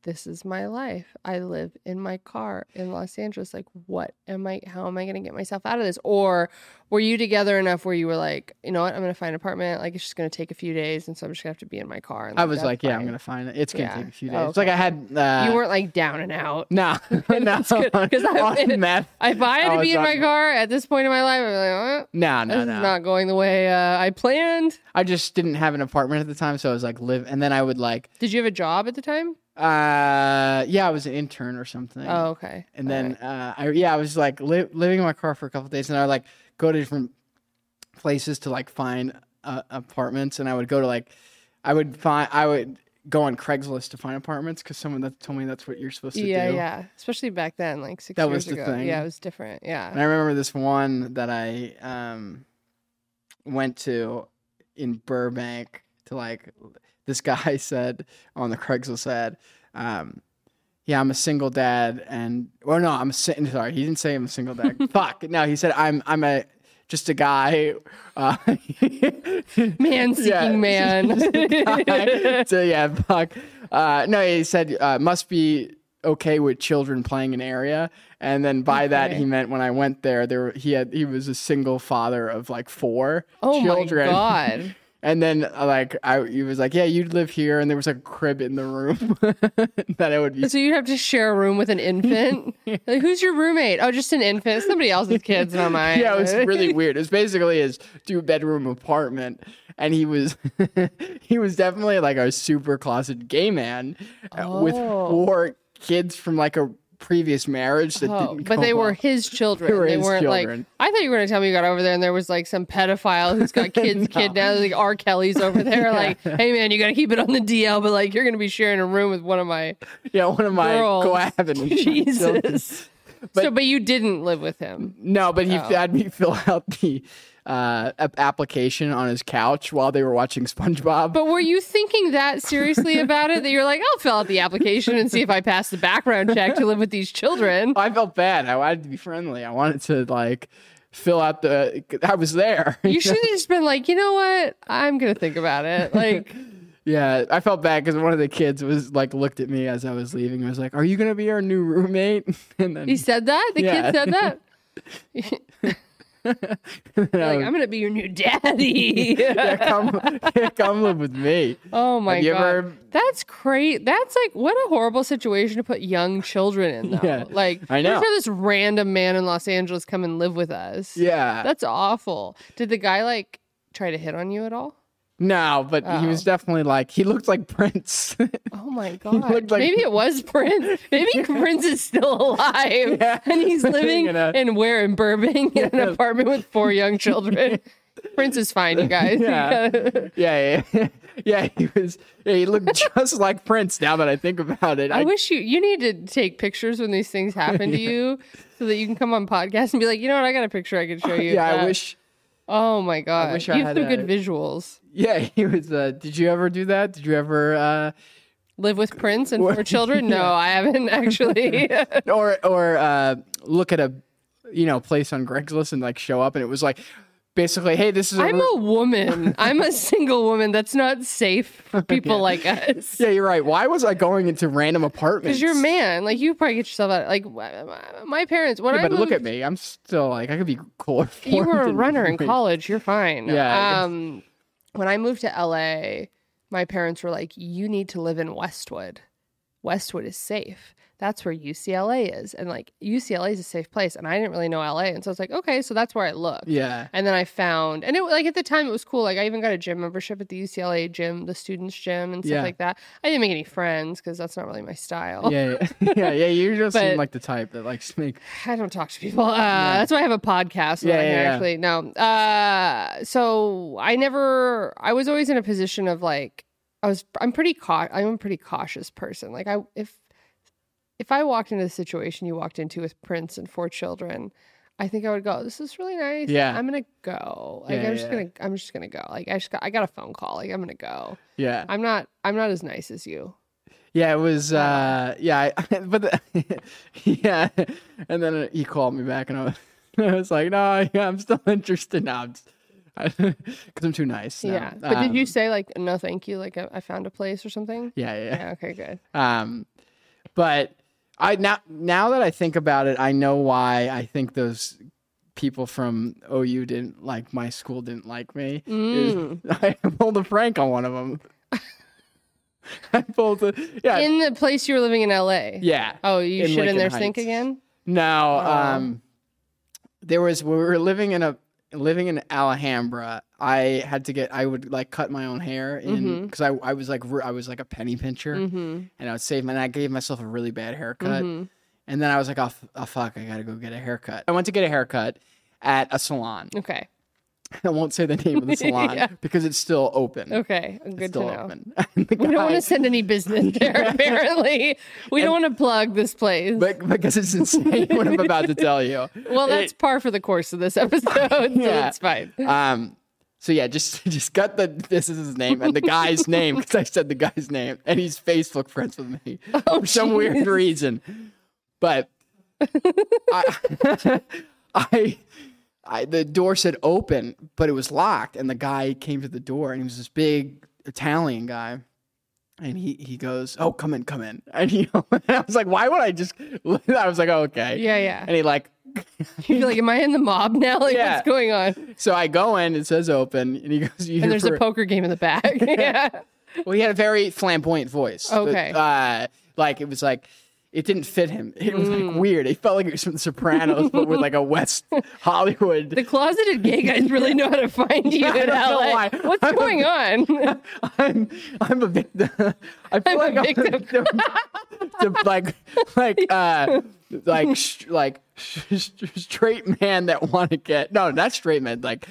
"This is my life. I live in my car in Los Angeles. Like, what am I? How am I going to get myself out of this?" Or were you together enough where you were like, "You know what? I'm going to find an apartment. Like, it's just going to take a few days, and so I'm just going to have to be in my car." And
I was
that's
like, yeah, I'm
fine."
gonna find it. It's gonna
Yeah.
take a few
Oh,
days. It's like I had uh,
you weren't like down and out.
no, no,
That's good, 'cause I'm in it.
on meth.
If I had
I
to be
was
in my
on-
car at this point in my life, I'm like, "Uh,
No, Oh, no,
this
no.
is not going the way uh, I planned.
I just didn't have an apartment at the time, so I was like live, and then I would like,
Did you have a job at the time?
uh, yeah, I was an intern or something.
Oh, okay.
And
All
then
right.
uh, I yeah, I was like li- living in my car for a couple days, and I would like go to different places to like find uh, apartments, and I would go to like I would find I would go on Craigslist to find apartments because someone that told me that's what you're supposed to
yeah,
do.
yeah. Especially back then, like six
That
years
was the
ago.
thing.
Yeah, it was different.
And
Yeah.
I remember this one that I um, went to in Burbank to like this guy said on the Craigslist ad, um, yeah, I'm a single dad, and or no, I'm a si- sorry, he didn't say I'm a single dad. Fuck, no, he said I'm I'm a just a guy, uh,
Man seeking
Yeah, just a guy.
man.
so yeah, fuck. Uh, no, he said uh, must be okay with children playing an area, and then by that
Okay.
he meant when I went there, there were- he had he was a single father of like four
oh
children.
my god.
And then uh, like I, he was like, yeah, you'd live here, and there was a crib in the room that I would be.
So you'd have to share a room with an infant. like, who's your roommate? Oh, just an infant. Somebody else's kids, not mine.
Yeah, it was really weird. It was basically his two bedroom apartment, and he was he was definitely like a super closeted gay man uh, with
Oh.
four kids from like a previous marriage that
Oh,
didn't.
but
go
they were
well.
his children.
They
They,
were his
weren't like.
children.
I thought you were going to tell me you got over there and there was like some pedophile who's got kids kidnapped. Like R. Kelly's over there. Like, hey man, you got to keep it on the DL, but like you're going to be sharing a room with one of my
yeah, one of my
girls.
cohabitants.
Jesus. so, but you didn't live with him.
No, but he
Oh.
had me fill out the uh, ap- application on his couch while they were watching SpongeBob.
But were you thinking that seriously about it? That you're like, I'll fill out the application and see if I pass the background check to live with these children.
I felt bad. I wanted to be friendly. I wanted to like fill out the. I was there.
You should have just been like, you know what? I'm gonna think about it. Like,
Yeah, I felt bad because one of the kids was like looked at me as I was leaving. and was like, "Are you gonna be our new roommate?" And then
He said that? The
Yeah.
kid said that? Like, I'm gonna be your new daddy.
yeah, come, yeah, come live with me.
oh my
Have you
god,
ever-
that's great. That's like what a horrible situation to put young children in. Though,
Yeah,
like
I know.
we're gonna have this random man in Los Angeles come and live with us.
Yeah.
that's awful. Did the guy like try to hit on you at all?
no, but he was
Oh.
definitely like he looked like Prince.
Oh my god!
looked like-
Maybe it was Prince. Maybe Prince is still alive,
Yeah.
and he's living
In a-
in where in Burbank in an
Yeah.
apartment with four young children. Prince is fine, you guys.
Yeah. yeah, yeah, yeah. He was. Yeah, he looked just like Prince. Now that I think about it,
I wish you you need to take pictures when these things happen to you, so that you can come on podcasts and be like, you know what, I got a picture I can show you. of
yeah, I
that."
wish.
Oh my god!
wish
you
I
have
had
some
a-
good visuals.
Yeah, he was. Uh, did you ever do that? Did you ever, uh,
Live with Prince and four children? No, I haven't actually.
or or uh, look at a, you know, place on Craigslist and like show up and it was like, basically, hey, this is.
I'm
re-
a woman. I'm a single woman. That's not safe for people like us.
yeah, you're right. Why was I going into random apartments?
Because you're a man. Like, you probably get yourself out. Like, wh- my parents, when
Yeah,
I
but look
moved-
at me. I'm still like I could be cooler.
You were a
formed
runner in
than-
college. You're fine.
Yeah, I guess.
Um, when I moved to LA, my parents were like, "You need to live in Westwood. Westwood is safe. That's where UCLA is, and like UCLA is a safe place." And I didn't really know LA, and so I was like, "Okay, so that's where I look."
Yeah.
And then I found, and it like at the time it was cool. Like I even got a gym membership at the UCLA gym, the students' gym, and stuff
Yeah.
like that. I didn't make any friends because that's not really my style.
Yeah, yeah, yeah, yeah. You just
But-
seem like the type that likes snake.
I don't talk to people. Uh, That's why I have a podcast. So that I
Yeah,
can
yeah, yeah.
actually no. Uh, so I never. I was always in a position of like I was. I'm pretty. Cau- I'm a pretty cautious person. Like I if if I walked into the situation you walked into with Prince and four children, I think I would go. This is really nice.
Yeah.
I'm gonna go. Like
Yeah,
I'm just
yeah.
gonna. I'm just gonna go. Like I just. Got, I got a phone call. Like I'm gonna go.
Yeah,
I'm not. I'm not as nice as you.
yeah. It was. uh Yeah, I, but the, yeah. And then he called me back, and I was, I was like, no, yeah, I'm still interested. No, because I'm too nice. No.
Yeah. But did
Um,
you say like no, thank you? Like I, I found a place or something.
Yeah, yeah. yeah.
Yeah. Okay. Good.
Um, but I now now that I think about it, I know why I think those people from OU didn't like my school didn't like me. is I pulled a prank on one of them. I pulled a yeah
in the place you were living in LA.
yeah
Oh, you
in
shit in
Lincoln
their sink
Heights.
again?
no
Aw.
um there was we were living in a living in Alhambra. I had to get I would like cut my own hair in because I I was like re- I was like a penny pincher
Mm-hmm.
and I would save and I gave myself a really bad haircut.
hmm
And then I was like, oh, f- oh, fuck, I gotta go get a haircut. I went to get a haircut at a salon.
Okay.
I won't say the name of the salon
Yeah.
because it's still open.
Okay.
It's
Good to
still
know.
open. And the
We don't want
guy-
to send any business there, apparently. We don't want to plug this place.
but, because it's insane what I'm about to tell you.
well, that's par for the course of this episode. So
Yeah.
it's fine.
Um, so yeah, just just cut the this is his name and the guy's name because I said the guy's name and he's Facebook friends with me
Oh,
for some weird reason. But I, I, I, the door said open, but it was locked, and the guy came to the door and he was this big Italian guy. And he, he goes, oh come in, come in, and he, I was like, why would I just? I was like, oh, okay,
Yeah, yeah.
And he like
You're like, am I in the mob now? Like,
Yeah.
what's going on?
so I go in, it says open, and he goes, you
And there's
for,
a poker game in the back. yeah.
Well, he had a very flamboyant voice. The-
Okay.
uh, like it was like it didn't fit him. It was
Mm.
like weird. It felt like it was from The Sopranos, but with like a West Hollywood.
The closeted gay guys really know how to find you
I
in
don't know
LA.
why.
What's going on?
I'm I'm a victim. I feel
I'm a
like
victim.
to, like like uh like sh- like sh- sh- straight man that want to get no not straight men like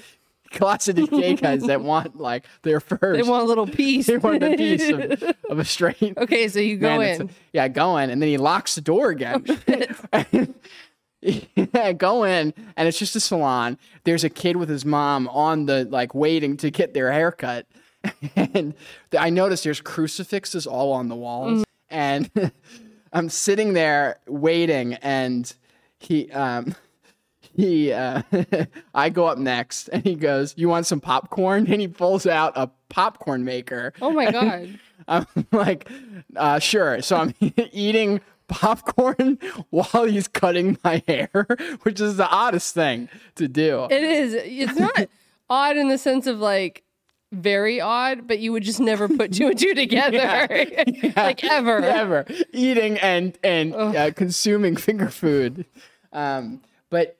closeted gay guys that want like their first
they want a little piece.
they want the piece of, of a straight
okay, so you go
Man,
in.
it's- Yeah, go in, and then he locks the door again. yeah, go in, and it's just a salon. There's a kid with his mom on the like waiting to get their haircut, and th- I noticed there's crucifixes all on the
Mm.
walls, and I'm sitting there waiting, and he um. He, uh, I go up next, and he goes, "You want some popcorn?" And he pulls out a popcorn maker.
Oh my god.
I'm like, uh, sure. So I'm eating popcorn while he's cutting my hair, which is the oddest thing to do.
It is. It's not odd in the sense of like very odd, but you would just never put two and two together, like ever.
Ever eating and and uh, consuming finger food. Um, but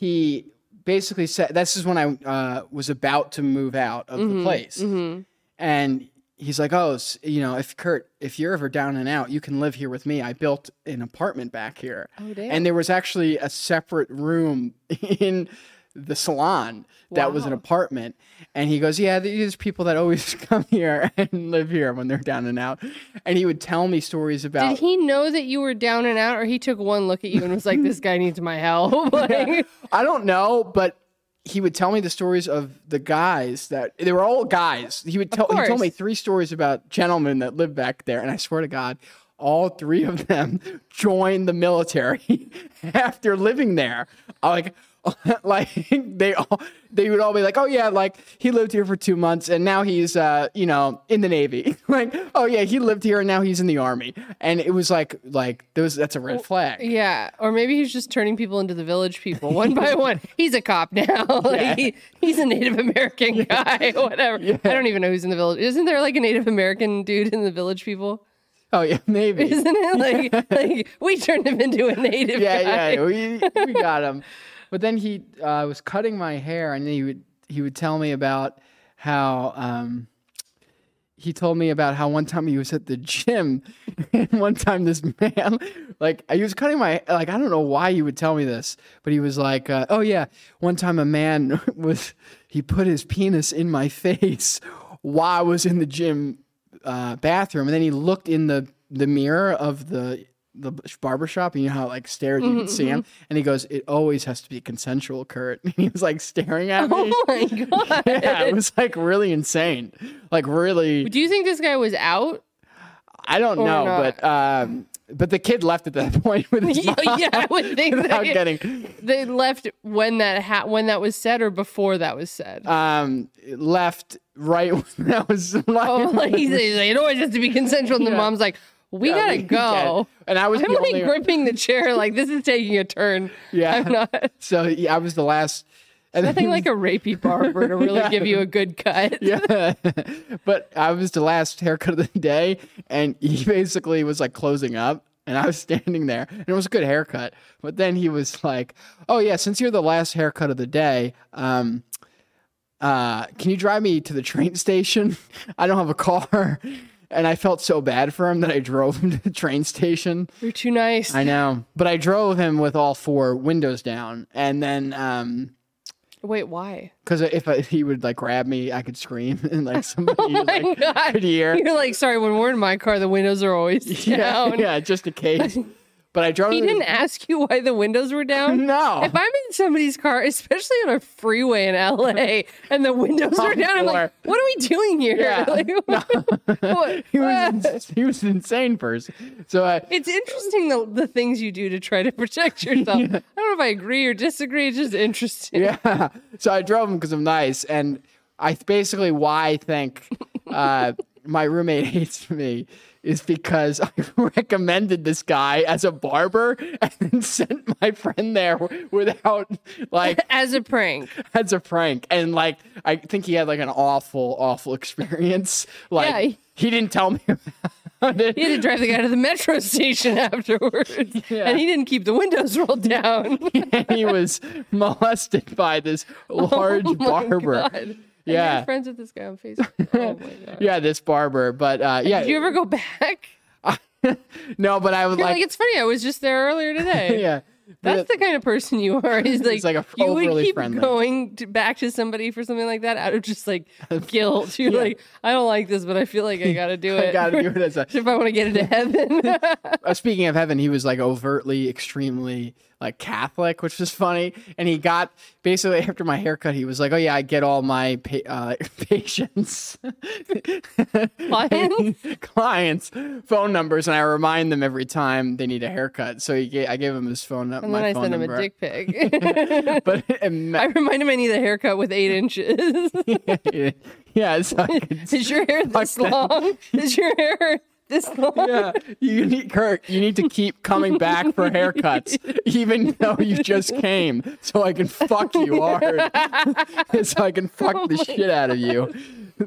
he basically said, "This is when I uh, was about to move out of
Mm-hmm.
the place," and he's like, "Oh, s you know, if Kurt, if you're ever down and out, you can live here with me. I built an apartment back here,
Oh, damn.
and there was actually a separate room in." The salon that was an
Wow.
apartment, and he goes, "Yeah, there's people that always come here and live here when they're down and out." And he would tell me stories about
Did he know that you were down and out, or he took one look at you and was like, "This guy needs my help"? like,
I don't know, but he would tell me the stories of the guys that they were all guys. He would tell he told
course.
me three stories about gentlemen that lived back there, and I swear to God, all three of them joined the military after living there. I like like they all they would all be like, Oh yeah, like he lived here for two months and now he's uh, you know, in the navy. like, oh yeah, he lived here and now he's in the army. And it was like like there was that's a red flag.
yeah, or maybe he's just turning people into the village people one by one. He's a cop now. like,
Yeah.
he, he's a Native American guy. Whatever. I don't even know who's in the village. Isn't there like a Native American dude in the village people?
Oh yeah, maybe.
Isn't it like like we turned him into a Native
yeah,
guy?
yeah, we we got him. But then he uh, was cutting my hair, and he would he would tell me about how um, he told me about how one time he was at the gym, and one time this man, like he was cutting my like I don't know why he would tell me this, but he was like, uh, oh yeah, one time a man was he put his penis in my face while I was in the gym uh, bathroom, and then he looked in the the mirror of the the barber shop, and you know how it, like stares,
Mm-hmm,
you could see him, and he goes, "It always has to be consensual, Kurt." And he was like staring at me.
Oh my god.
yeah, it was like really insane, like really.
Do you think this guy was out?
I don't know,
not.
but um, but the kid left at that point with his
yeah,
mom
yeah, I would think
without
that
getting
they left when that ha- when that was said or before that was said.
um left right when that was
oh, like he's, he's like, it always has to be consensual, and the mom's like, "We gotta go."
and I was
I'm
the
like
only
gripping the chair, like this is taking a turn.
yeah.
I'm not.
So yeah, I was the last. And then-
Nothing like a rapey barber to really give you a good cut.
yeah. but I was the last haircut of the day, and he basically was like closing up, and I was standing there, and it was a good haircut. But then he was like, "Oh yeah, since you're the last haircut of the day, um, uh, can you drive me to the train station? I don't have a car." And I felt so bad for him that I drove him to the train station.
You're too nice.
I know, but I drove him with all four windows down, and then um,
Wait, why?
because if I, he would like grab me, I could scream and like somebody like
Oh God.
could hear.
You're like, sorry, when we're in my car, the windows are always
Yeah,
down.
yeah, just in case. But I drove.
He
him to-
didn't ask you why the windows were down.
No.
If I'm in somebody's car, especially on a freeway in LA, and the windows are down, I'm like, what are we doing here?
Yeah.
Like, what-
He
what?
was ins- he was an insane person. So I
It's interesting the, the things you do to try to protect yourself. I don't know if I agree or disagree. It's just interesting.
yeah. So I drove him because I'm nice, and I th- basically why I think uh, my roommate hates me is because I recommended this guy as a barber and then sent my friend there w- without like
As a prank.
That's a prank. And like, I think he had like an awful, awful experience. Like,
Yeah.
he didn't tell me about it.
He had to drive the guy to the metro station afterwards. And he didn't keep the windows rolled down.
and he was molested by this large barber.
Oh God. And you're
Yeah.
friends with this guy on Facebook. Oh my God.
Yeah, this barber. But uh, yeah,
Did you ever go back?
no, but I would
You're
like,
like, it's funny. I was just there earlier today.
yeah.
That's the kind of person you are. He's like,
like a f-
you would
overly
keep
friendly.
going to, back to somebody for something like that out of just like guilt. You're like, I don't like this, but I feel like I got to do it.
I gotta do it as a.
if I want to get into heaven.
Uh, speaking of heaven, he was like overtly, extremely like Catholic, which was funny. And he got basically after my haircut, he was like, "Oh yeah, I get all my pa- uh, patients,
Clients?
clients, phone numbers, and I remind them every time they need a haircut." So he gave, I gave him his phone number,
and then
my
I
phone
send him
number.
a dick pic.
But and,
I remind him I need a haircut with eight inches.
yeah, so I could-
Is your hair this long? Is your hair
this long.
Yeah, you need Kirk. You need to keep coming back for haircuts, even though you just came, so I can fuck you hard, so I can fuck the shit out of you.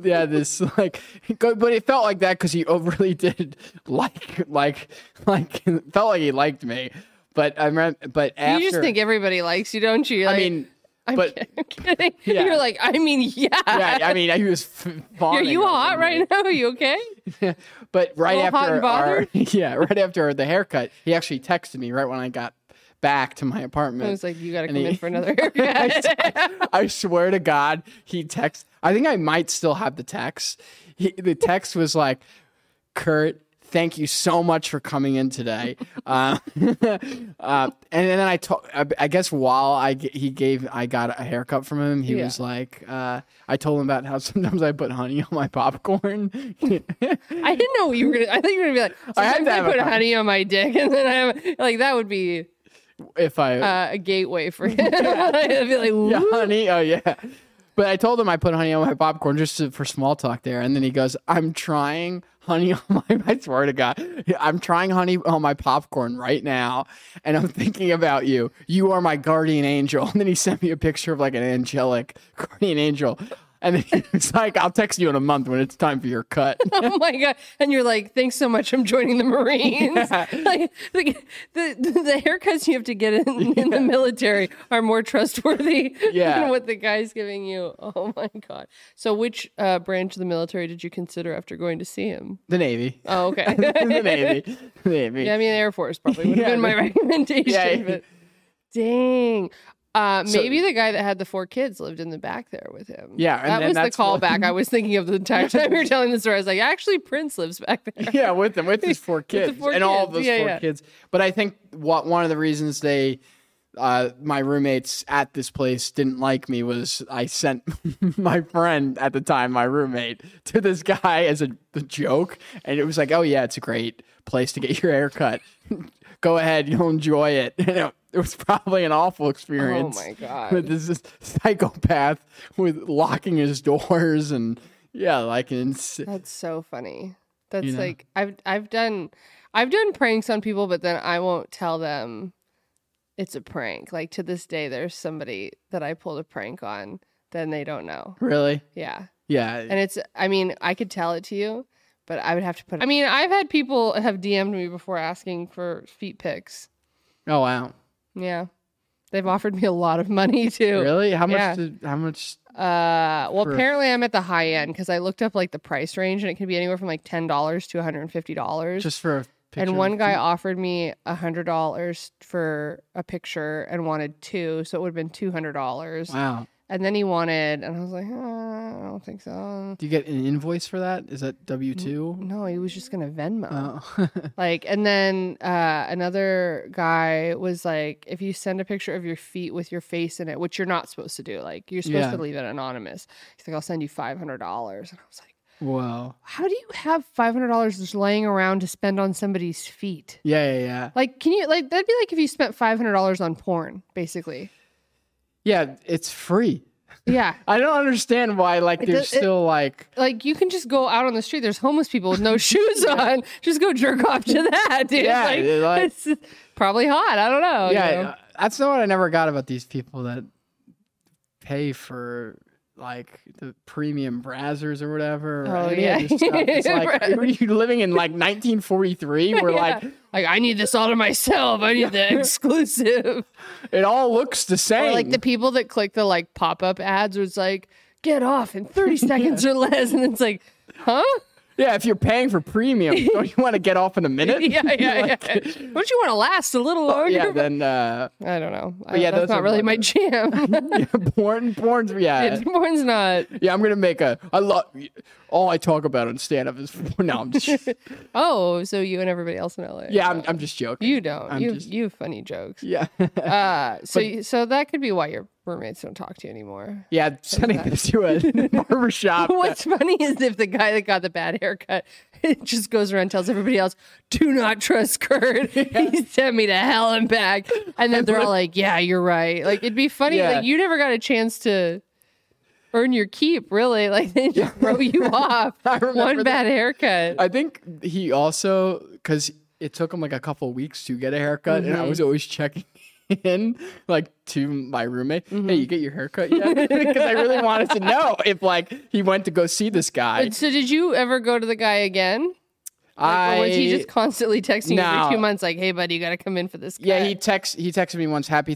Yeah, this like, go- but it felt like that because he overly did like, like, like, felt like he liked me. But I remember, but after,
You just think everybody likes you, don't you? Like,
I mean,
I'm
but
kid- I'm kidding.
Yeah.
You're like, I mean, yeah.
yeah, I mean, he was. F-
Are
fawning
you
over
hot
me.
right now? Are you okay?
But right
little
after
hot and
our,
bothered?
yeah, right after the haircut, he actually texted me right when I got back to my apartment.
I was like, you got to
And
come in
he-
for another
I swear to God, he text. I think I might still have the text. He, the text was like, "Kurt, thank you so much for coming in today." Uh, uh, and then I told. I, I guess while I g- he gave, I got a haircut from him. He
Yeah.
was like, uh, "I told him about how sometimes I put honey on my popcorn."
I didn't know what you were gonna. I thought you were gonna be like,
I had
sometimes I,
to have a
put
con-
honey on my dick, and then I have like that would be
if I
uh, a gateway for him. I'd be like,
yeah,
"Ooh."
honey. Oh yeah. But I told him I put honey on my popcorn just to, for small talk there, and then he goes, "I'm trying honey on my." I swear to God, I'm trying honey on my popcorn right now, and I'm thinking about you. You are my guardian angel. And then he sent me a picture of like an angelic guardian angel, and then he was like, "I'll text you in a month when it's time for your cut."
oh my god! And you're like, thanks so much. I'm joining the Marines. Like the, the the haircuts you have to get in, in the military are more trustworthy
Yeah.
than what the guy's giving you. Oh my god! So which uh, branch of the military did you consider after going to see him?
the Navy,
Oh, okay.
the Navy, the Navy.
Yeah, I mean, Air Force probably would have
Yeah,
been my
the-
recommendation.
Yeah.
But dang. Uh,
So-
maybe the guy that had the four kids lived in the back there with him.
Yeah, and
that
then
was the
that's what-
callback I was thinking of the entire time you were telling the story. I was like, actually, Prince lives back there.
yeah, with them, with his four
the
kids,
four
and all
kids,
of those
yeah,
four
yeah.
kids. But I think what one of the reasons they, uh, my roommates at this place didn't like me was I sent my friend at the time, my roommate, to this guy as a, a joke, and it was like, oh yeah, it's a great place to get your hair cut. Go ahead, you'll enjoy it. You know, it was probably an awful experience.
Oh my God.
With this this psychopath with locking his doors and yeah, like an ins-
That's so funny. That's
know.
like I've I've done I've done pranks on people, but then I won't tell them it's a prank. Like to this day, there's somebody that I pulled a prank on, then they don't know.
really,
Yeah.
yeah.
And it's, I mean, I could tell it to you, but I would have to put. I mean, I've had people have DM'd me before asking for feet pics.
Oh wow.
Yeah, they've offered me a lot of money too.
Really? How much?
Yeah.
Did, how much?
Uh, well,
For-
apparently I'm at the high end because I looked up like the price range, and it can be anywhere from like ten dollars to one hundred and fifty dollars.
Just for a picture?
And
of
one
the
guy offered me hundred dollars for a picture and wanted two, so it would have been two hundred dollars.
feet? Wow.
And then he wanted, and I was like, uh, I don't think so.
Do you get an invoice for that? Is that W two?
No, he was just gonna Venmo.
Oh.
Like, and then uh, another guy was like, if you send a picture of your feet with your face in it, which you're not supposed to do, like, you're supposed
Yeah.
to leave it anonymous. He's like, I'll send you $500. And I was like,
wow.
how do you have $500 just laying around to spend on somebody's feet?
Yeah, yeah, yeah.
Like, can you, like, that'd be like if you spent $500 on porn, basically.
Yeah, it's free.
Yeah.
I don't understand why. Like,
It
they're
does- it-
still like.
Like, you can just go out on the street. There's homeless people with no shoes on. Just go jerk off to that, dude.
Yeah,
Like,
they're like-
it's probably hot. I don't know. Oh, you
yeah,
know?
uh, that's not what I never got about these people that pay for like the premium browsers or whatever. or
Oh,
any of
yeah.
this stuff. It's like,
Right.
are you living in like 1943? Where like
like I need this all to myself. I need the exclusive.
it all looks the same.
Or like the people that click the like pop up ads where it's like, get off in 30 seconds or less. And it's like, huh?
Yeah, if you're paying for premium, don't you want to get off in a minute?
Yeah, yeah,
Like,
yeah. Don't you want to last a little longer?
Oh, yeah, then uh,
I don't know. I-
yeah, those
that's
are
not really
my-
my jam.
yeah, porn, porn's yeah,
It's- Porn's not.
yeah. I'm gonna make a. I love all I talk about on stand up is porn. No, I'm just
Oh, so you and everybody else in LA.
yeah, I'm, I'm just joking.
You don't.
I'm
you
just-
you have funny jokes.
yeah,
Uh, so you- so that could be why your roommates don't talk to you anymore.
yeah. I'm Sending this to a barbershop.
What's funny is if the guy that got the bad haircut just goes around and tells everybody else, "Do not trust Kurt. He sent me to hell and back." And then they're all like, "Yeah, you're right." Like it'd be funny.
Yeah.
Like you never got a chance to earn your keep, really. Like they just throw you off.
I remember
One
that.
bad haircut.
I think he also because it took him like a couple weeks to get a haircut,
Mm-hmm.
and I was always checking in like to my roommate,
Mm-hmm.
"Hey, you get your haircut yet?" Because I really wanted to know if like he went to go see this guy.
so did you ever go to the guy again?
I
Or was he just constantly texting you
No.
for two months, like, "Hey, buddy, you got to come in for this"?
yeah
cut?"
he text he texted me once, "Happy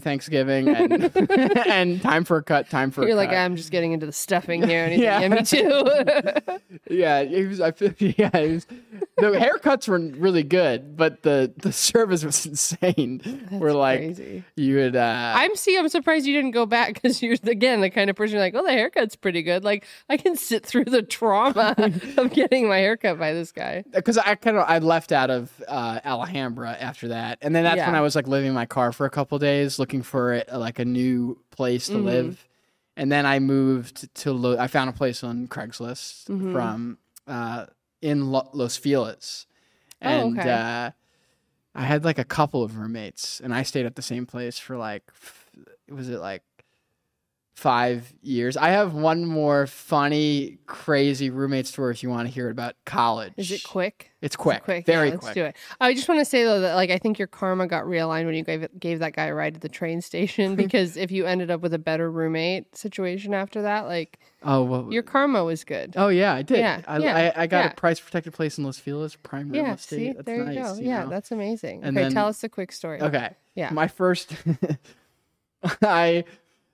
Thanksgiving," and, and time for a cut, time for a
You're
cut.
like, "Uh." "I'm just getting into the stuffing here," and he's
Yeah.
like, "Yeah, me too."
yeah, he was. I feel, yeah, he was, the haircuts were really good, but the the service was insane. we're like
crazy.
you would. Uh,
I'm see. I'm surprised you didn't go back because you're again the kind of person you're like, "Oh, the haircut's pretty good. Like, I can sit through the trauma of getting my haircut by this guy."
because I kind of I left out of uh, Alhambra after that, and then that's when
Yeah.
I was like living in my car for a couple days, looking for uh, like a new place to
Mm-hmm.
live, and then I moved to Lo- I found a place on Craigslist
Mm-hmm.
from uh, in Lo- Los Feliz, and
Oh, okay.
uh, I had like a couple of roommates, and I stayed at the same place for like f- was it like five years. I have one more funny, crazy roommate story if you want to hear it about college.
Is it quick?
It's quick.
quick.
Very
yeah,
quick.
Let's do it. I just want to say though that like I think your karma got realigned when you gave gave that guy a ride to the train station because if you ended up with a better roommate situation after that, like
Oh, well,
your karma was good.
oh yeah, I did.
Yeah,
I,
yeah,
I, I got
yeah.
a price protected place in Los Feliz, prime real
yeah,
estate.
see,
That's
there
nice.
you go.
you
yeah,
know?
that's amazing.
And
okay,
then-
tell us a quick story.
Okay.
Yeah.
My first, I,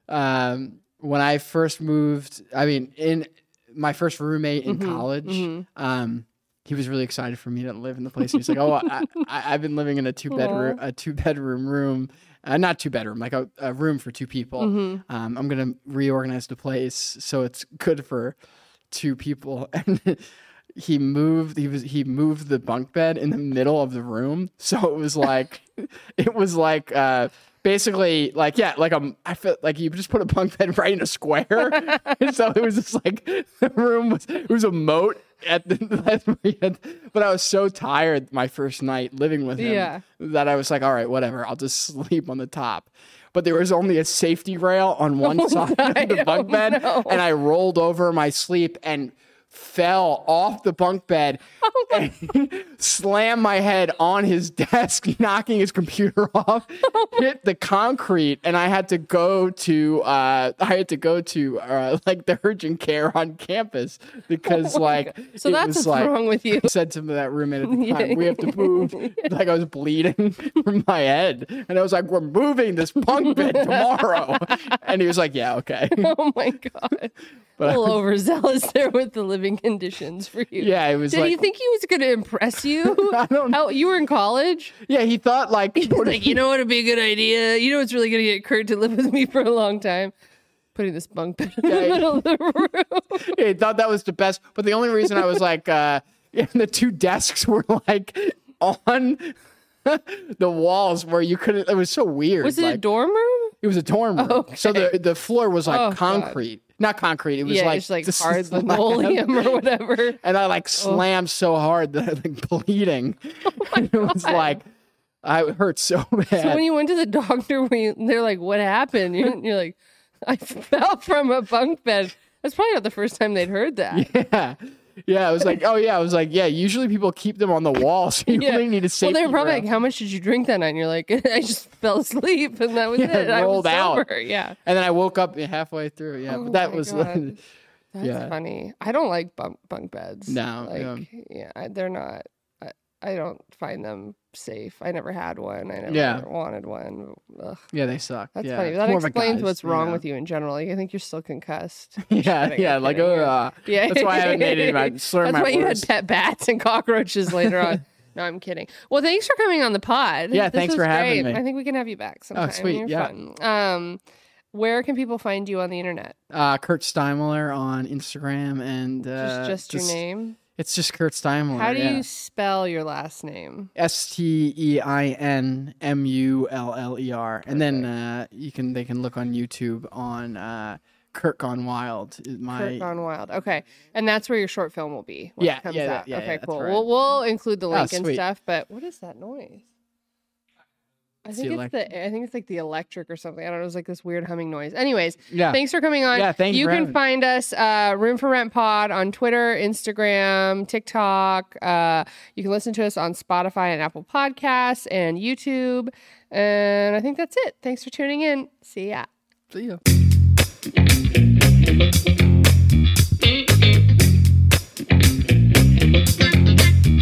um, when I first moved, I mean, in my first roommate
Mm-hmm,
in college, um, he was really excited for me to live in the place. He was like, "Oh, I, I, I've been living in a two bedroom, a two bedroom room, uh, not two bedroom, like a, a room for two people. Um, I'm gonna reorganize the place so it's good for two people." And he moved he was he moved the bunk bed in the middle of the room so it was like it was like uh basically like yeah like um i felt like you just put a bunk bed right in a square and so it was just like the room was it was a moat at the that's where you had- but i was so tired my first night living with him
Yeah.
that i was like all right whatever i'll just sleep on the top but there was only a safety rail on one side of the bunk bed and i rolled over in my sleep and fell off the bunk bed and slammed my head on his desk, knocking his computer off, hit the concrete, and I had to go to uh, I had to go to uh, like the urgent care on campus because like
Oh So
it
that's
was
what's
like
wrong with you.
I said to that roommate at the
Yeah.
time, "We have to move." Like I was bleeding from my head, and I was like, "We're moving this bunk bed tomorrow," and he was like, "Yeah, okay."
Oh my god. a little overzealous there with the living conditions for you.
Yeah, it was
Did he
like-
think he was going to impress you?
I don't know.
How, you were in college?
Yeah, he thought like
He's like, you know what would be a good idea? You know what's really going to get Kurt to live with me for a long time? Putting this bunk bed in the
Yeah.
middle of the room.
Yeah, he thought that was the best. But the only reason I was like, uh, yeah, the two desks were like on the walls where you couldn't. It was so weird.
Was it
like,
a dorm room?
It was a dorm room. So the the floor was like
Oh, God.
concrete, not concrete. It was
yeah,
like
it's like
this
hard Oh.
slab.
linoleum or whatever.
And I like slammed so hard that I like bleeding. and it was like, I it hurt so bad.
Oh So when you went to the doctor, we they're like, "What happened?" You- You're like, "I fell from a bunk bed." That's probably not the first time they'd heard that.
yeah. Yeah, I was like, oh yeah, I was like, yeah. Usually people keep them on the wall, so you
Yeah.
really need a
Well,
safety.
they were probably
rail.
like, "How much did you drink that night?" And you're like, "I just fell asleep, and that was
Yeah,
it. I
rolled
was
out.
sober." Yeah,
And then I woke up halfway through. Yeah,
Oh
but that
my
was
God. that's
Yeah.
funny. I don't like bunk bunk beds.
No,
like yeah, I- they're not. I, I don't find them safe. I never had one. I never
Yeah.
wanted one. Ugh,
yeah, they suck.
that's
yeah.
funny. That explains what's wrong with you in general. Like, I think you're still concussed.
Yeah,
kidding,
yeah,
I'm
like
kidding,
oh,
yeah.
uh,
Yeah,
That's why I haven't made it. I slurred
That's
my
why you had
words.
pet bats and cockroaches later on. No, I'm kidding. Well, thanks for coming on the pod.
Yeah,
This
thanks
was
for
great.
having me. Oh,
I think we can have you back sometime.
sweet,
You're
yeah.
fun. Um, where can people find you on the internet?
uh, Kurt Steimler on Instagram and uh,
Just, just your name.
It's just Kurt Steimler.
How do
yeah.
you spell your last name?
S T E I N M U L L E R, and then uh, you can they can look on YouTube on uh, Kurt Gone Wild. is
Kurt
My
Gone Wild. Okay, and that's where your short film will be. When
Yeah,
it comes
yeah,
out.
yeah, yeah,
okay,
that's Oh,
cool.
right.
We'll we'll include the link and
sweet.
stuff. But what is that noise? I think
the
it's
elect-
the I think it's like the electric or something. I don't know. It was like this weird humming noise. Anyways,
Yeah.
thanks for coming on.
Yeah, thank you
You
for
can
having me.
find us uh, Room for Rent Pod on Twitter, Instagram, TikTok. Uh, you can listen to us on Spotify and Apple Podcasts and YouTube. And I think that's it. Thanks for tuning in. See ya.
See ya.